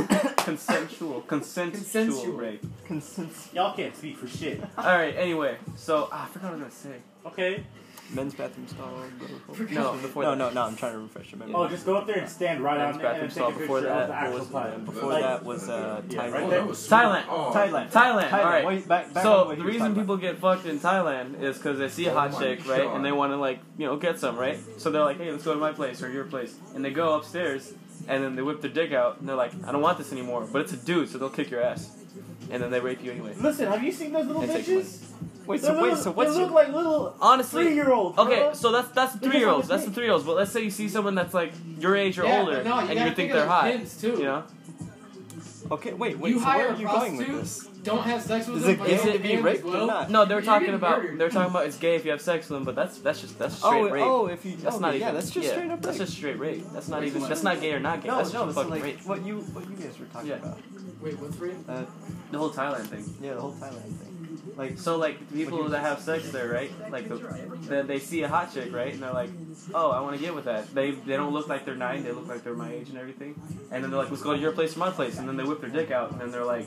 Speaker 2: consensual, consensual,
Speaker 3: Consensual.
Speaker 2: rape.
Speaker 5: Consensus.
Speaker 7: y'all can't speak for shit.
Speaker 2: All right, anyway, so ah, I forgot what I was gonna say.
Speaker 7: Okay.
Speaker 5: Men's bathroom stall. glory hole.
Speaker 2: No, before
Speaker 5: No,
Speaker 2: that.
Speaker 5: no, no. I'm trying to refresh your memory.
Speaker 7: Oh, just go up there and stand right
Speaker 2: Men's
Speaker 7: on it
Speaker 2: bathroom
Speaker 7: and take a
Speaker 2: stall.
Speaker 7: picture
Speaker 2: Before
Speaker 7: of
Speaker 2: that,
Speaker 7: the
Speaker 2: what
Speaker 7: actual
Speaker 2: was
Speaker 7: plan.
Speaker 2: the- before
Speaker 7: Like-
Speaker 2: that was uh,
Speaker 7: Yeah,
Speaker 2: Thailand.
Speaker 7: right
Speaker 4: Oh,
Speaker 7: there.
Speaker 4: that was
Speaker 2: Thailand.
Speaker 4: Oh,
Speaker 5: Thailand.
Speaker 2: Thailand. All right.
Speaker 5: Wait, back, back on
Speaker 2: so
Speaker 5: what
Speaker 2: the
Speaker 5: you were
Speaker 2: reason
Speaker 5: talking about.
Speaker 2: people get fucked in Thailand is because they see a hot
Speaker 4: Oh my
Speaker 2: chick, right,
Speaker 4: God.
Speaker 2: and they want to like you know get some, right? So they're like, hey, let's go to my place or your place, and they go upstairs, and then they whip their dick out, and they're like, I don't want this anymore, but it's a dude, so they'll kick your ass, and then they rape you anyway.
Speaker 7: Listen, have you seen those little
Speaker 2: It takes
Speaker 7: bitches?
Speaker 5: Wait,
Speaker 7: They're
Speaker 5: so wait,
Speaker 7: little-
Speaker 5: so what's
Speaker 7: they look
Speaker 5: your,
Speaker 7: like little
Speaker 2: Honestly.
Speaker 7: three-year-olds.
Speaker 2: Okay,
Speaker 7: bro.
Speaker 2: so that's that's the
Speaker 7: They're
Speaker 2: three
Speaker 7: just
Speaker 2: year olds.
Speaker 7: like a
Speaker 2: That's the
Speaker 7: dick.
Speaker 2: three year olds. But let's say you see someone that's like your age or
Speaker 3: Yeah,
Speaker 2: older,
Speaker 3: but no, you
Speaker 2: and
Speaker 3: gotta
Speaker 2: you think
Speaker 3: think of
Speaker 2: they're
Speaker 3: the
Speaker 2: hot.
Speaker 3: kids, too.
Speaker 2: You know,
Speaker 5: okay, wait, wait.
Speaker 3: you
Speaker 5: so
Speaker 3: hire
Speaker 5: where are you going with
Speaker 3: prostitutes,
Speaker 5: this?
Speaker 3: Don't have sex with
Speaker 5: Is
Speaker 3: them.
Speaker 5: it
Speaker 3: but
Speaker 5: gay
Speaker 3: don't
Speaker 5: to be
Speaker 3: pay them
Speaker 5: raped
Speaker 3: as
Speaker 5: or
Speaker 3: well.
Speaker 5: not?
Speaker 2: no, they're
Speaker 3: You're
Speaker 2: talking
Speaker 3: getting
Speaker 2: about
Speaker 3: murdered.
Speaker 2: they're talking about it's gay if you have sex with them, but that's that's just that's straight
Speaker 5: Oh,
Speaker 2: rape.
Speaker 5: oh, if you.
Speaker 2: That's
Speaker 5: oh,
Speaker 2: not even.
Speaker 5: Yeah, that's just
Speaker 2: yeah,
Speaker 5: straight up.
Speaker 2: That's
Speaker 5: rape.
Speaker 2: just straight rape. That's not
Speaker 5: Wait,
Speaker 2: even.
Speaker 5: what?
Speaker 2: That's not gay or not gay.
Speaker 5: No,
Speaker 2: that's
Speaker 5: no,
Speaker 2: just
Speaker 5: it's
Speaker 2: fucking
Speaker 5: like
Speaker 2: rape.
Speaker 5: what you what you guys were talking
Speaker 2: Yeah.
Speaker 5: about.
Speaker 3: Wait, what's rape?
Speaker 5: Uh,
Speaker 2: The whole Thailand thing.
Speaker 5: yeah, the whole Thailand thing. Like,
Speaker 2: So like the people
Speaker 5: Would you-
Speaker 2: that have sex there, right? Like the, the, they see a hot chick, right? And they're like, oh, I want to get with that. They they don't look like they're nine. They look like they're my age and everything. And then they're like, let's go to your place or my place. And then they whip their dick out. And then they're like,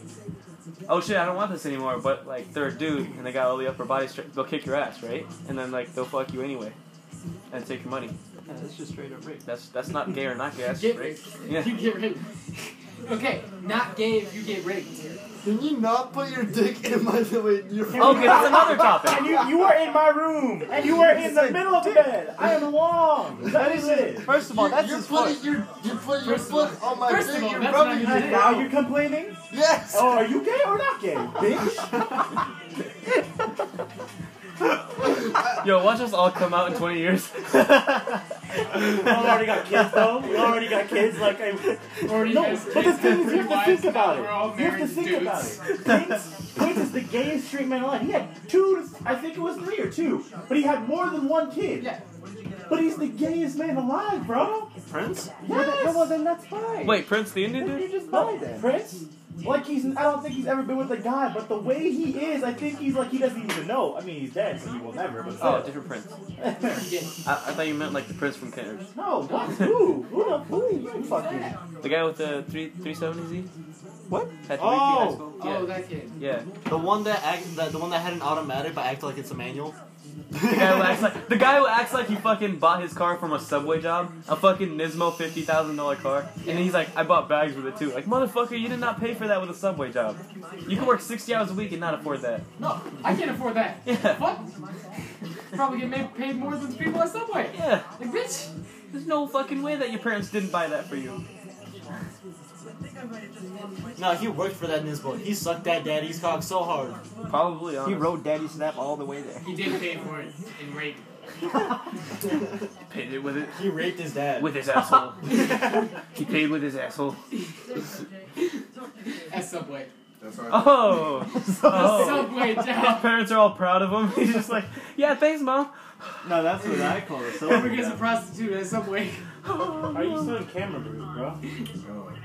Speaker 2: oh shit, I don't want this anymore. But like they're a dude and they got all the upper body strength. They'll kick your ass, right? And then like they'll fuck you anyway, and take your money.
Speaker 5: yeah, that's just straight up rape.
Speaker 2: That's that's not gay or not gay. That's
Speaker 3: Get
Speaker 2: just rape.
Speaker 3: raped. You get raped. Okay, not gay if you get raped.
Speaker 13: Can you not put your dick in my way? Your
Speaker 2: Okay, that's another topic.
Speaker 7: And you, you were in my room, and you were in the middle of the bed. I am long. That is it.
Speaker 5: First of all, that's
Speaker 13: you're
Speaker 5: his
Speaker 13: putting
Speaker 5: foot.
Speaker 13: your you're putting your
Speaker 3: First of all-
Speaker 13: foot on my
Speaker 3: first of
Speaker 13: dick.
Speaker 3: all,
Speaker 13: you're
Speaker 3: that's
Speaker 13: rubbing
Speaker 3: not
Speaker 13: it
Speaker 3: gay.
Speaker 7: Now
Speaker 13: down.
Speaker 7: you're complaining?
Speaker 13: Yes.
Speaker 7: Oh, are you gay or not gay, bitch?
Speaker 2: Yo, watch us all come out in 20 years.
Speaker 7: You already got kids, though. You already got kids. Like, I,
Speaker 3: Already
Speaker 7: no.
Speaker 3: has
Speaker 7: But the
Speaker 3: kids,
Speaker 7: thing is,
Speaker 3: three
Speaker 7: you have to
Speaker 3: wives,
Speaker 7: think
Speaker 3: now
Speaker 7: about
Speaker 3: we're all
Speaker 7: it. You have to
Speaker 3: married
Speaker 7: think
Speaker 3: dudes.
Speaker 7: about it. Prince, Prince is the gayest straight man alive. He had two. to- I think it was three or two, but he had more than one kid.
Speaker 3: Yeah.
Speaker 7: But he's the gayest man alive, bro.
Speaker 2: Prince?
Speaker 7: Yes.
Speaker 5: No, well, then that's fine.
Speaker 2: Wait, Prince the Indian
Speaker 7: Then you
Speaker 2: dude?
Speaker 7: just buy that. Prince? Like he's, I don't think he's ever been with a guy, but the way he is, I think he's like he doesn't even know. I mean, he's dead, so he will never. But
Speaker 2: Oh,
Speaker 7: still.
Speaker 2: different Prince. I,
Speaker 3: Yeah.
Speaker 2: I thought you meant like the prince from Kenner.
Speaker 7: no, what? Who? Who the who? are You fucking?
Speaker 2: The guy with the three three seventies E?
Speaker 5: What?
Speaker 2: Had
Speaker 7: Oh!
Speaker 2: High school? Yeah.
Speaker 3: Oh, that kid.
Speaker 2: yeah.
Speaker 6: The one that act, the, the one that had an automatic but acted like it's a manual.
Speaker 2: The guy who acts like the guy who acts like he fucking bought his car from a subway job, a fucking Nismo fifty thousand dollar car, and he's like, I bought bags with it too. Like motherfucker, you did not pay for that with a subway job. You can work sixty hours a week and not afford that.
Speaker 3: No, I can't afford that.
Speaker 2: Yeah.
Speaker 3: What? Probably get made, paid more than the people at Subway.
Speaker 2: Yeah.
Speaker 3: Like, bitch.
Speaker 2: There's no fucking way that your parents didn't buy that for you.
Speaker 6: No, he worked for that Nisbo. He sucked that daddy's cock so hard.
Speaker 2: Probably on
Speaker 5: He rode Daddy Snap all the way there.
Speaker 3: He did pay for it in rape.
Speaker 2: paid it with it
Speaker 6: He raped his dad.
Speaker 2: with his asshole. he paid with his asshole.
Speaker 3: At Subway.
Speaker 4: That's why I-
Speaker 2: Oh,
Speaker 3: The
Speaker 2: oh.
Speaker 3: Subway
Speaker 2: His
Speaker 3: job.
Speaker 2: parents are all proud of him. He's just like, yeah, thanks, mom.
Speaker 5: No, that's what I call it.
Speaker 3: Never gets a prostitute at Subway.
Speaker 7: Are you still in camera group, bro?
Speaker 4: oh.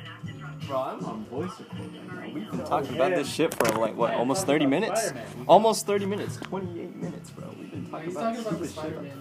Speaker 5: Bro, I'm on voice recording. now. We've been talking
Speaker 7: Oh,
Speaker 5: about
Speaker 7: yeah.
Speaker 5: this shit for like what,
Speaker 7: Yeah,
Speaker 5: almost
Speaker 7: talking
Speaker 5: 30
Speaker 7: about
Speaker 5: minutes?
Speaker 7: Spider-Man.
Speaker 5: Almost 30 minutes, 28 minutes, bro. We've been talking
Speaker 3: He's
Speaker 5: about
Speaker 3: talking about
Speaker 5: stupid
Speaker 3: the
Speaker 5: shit.
Speaker 3: Spider-Man.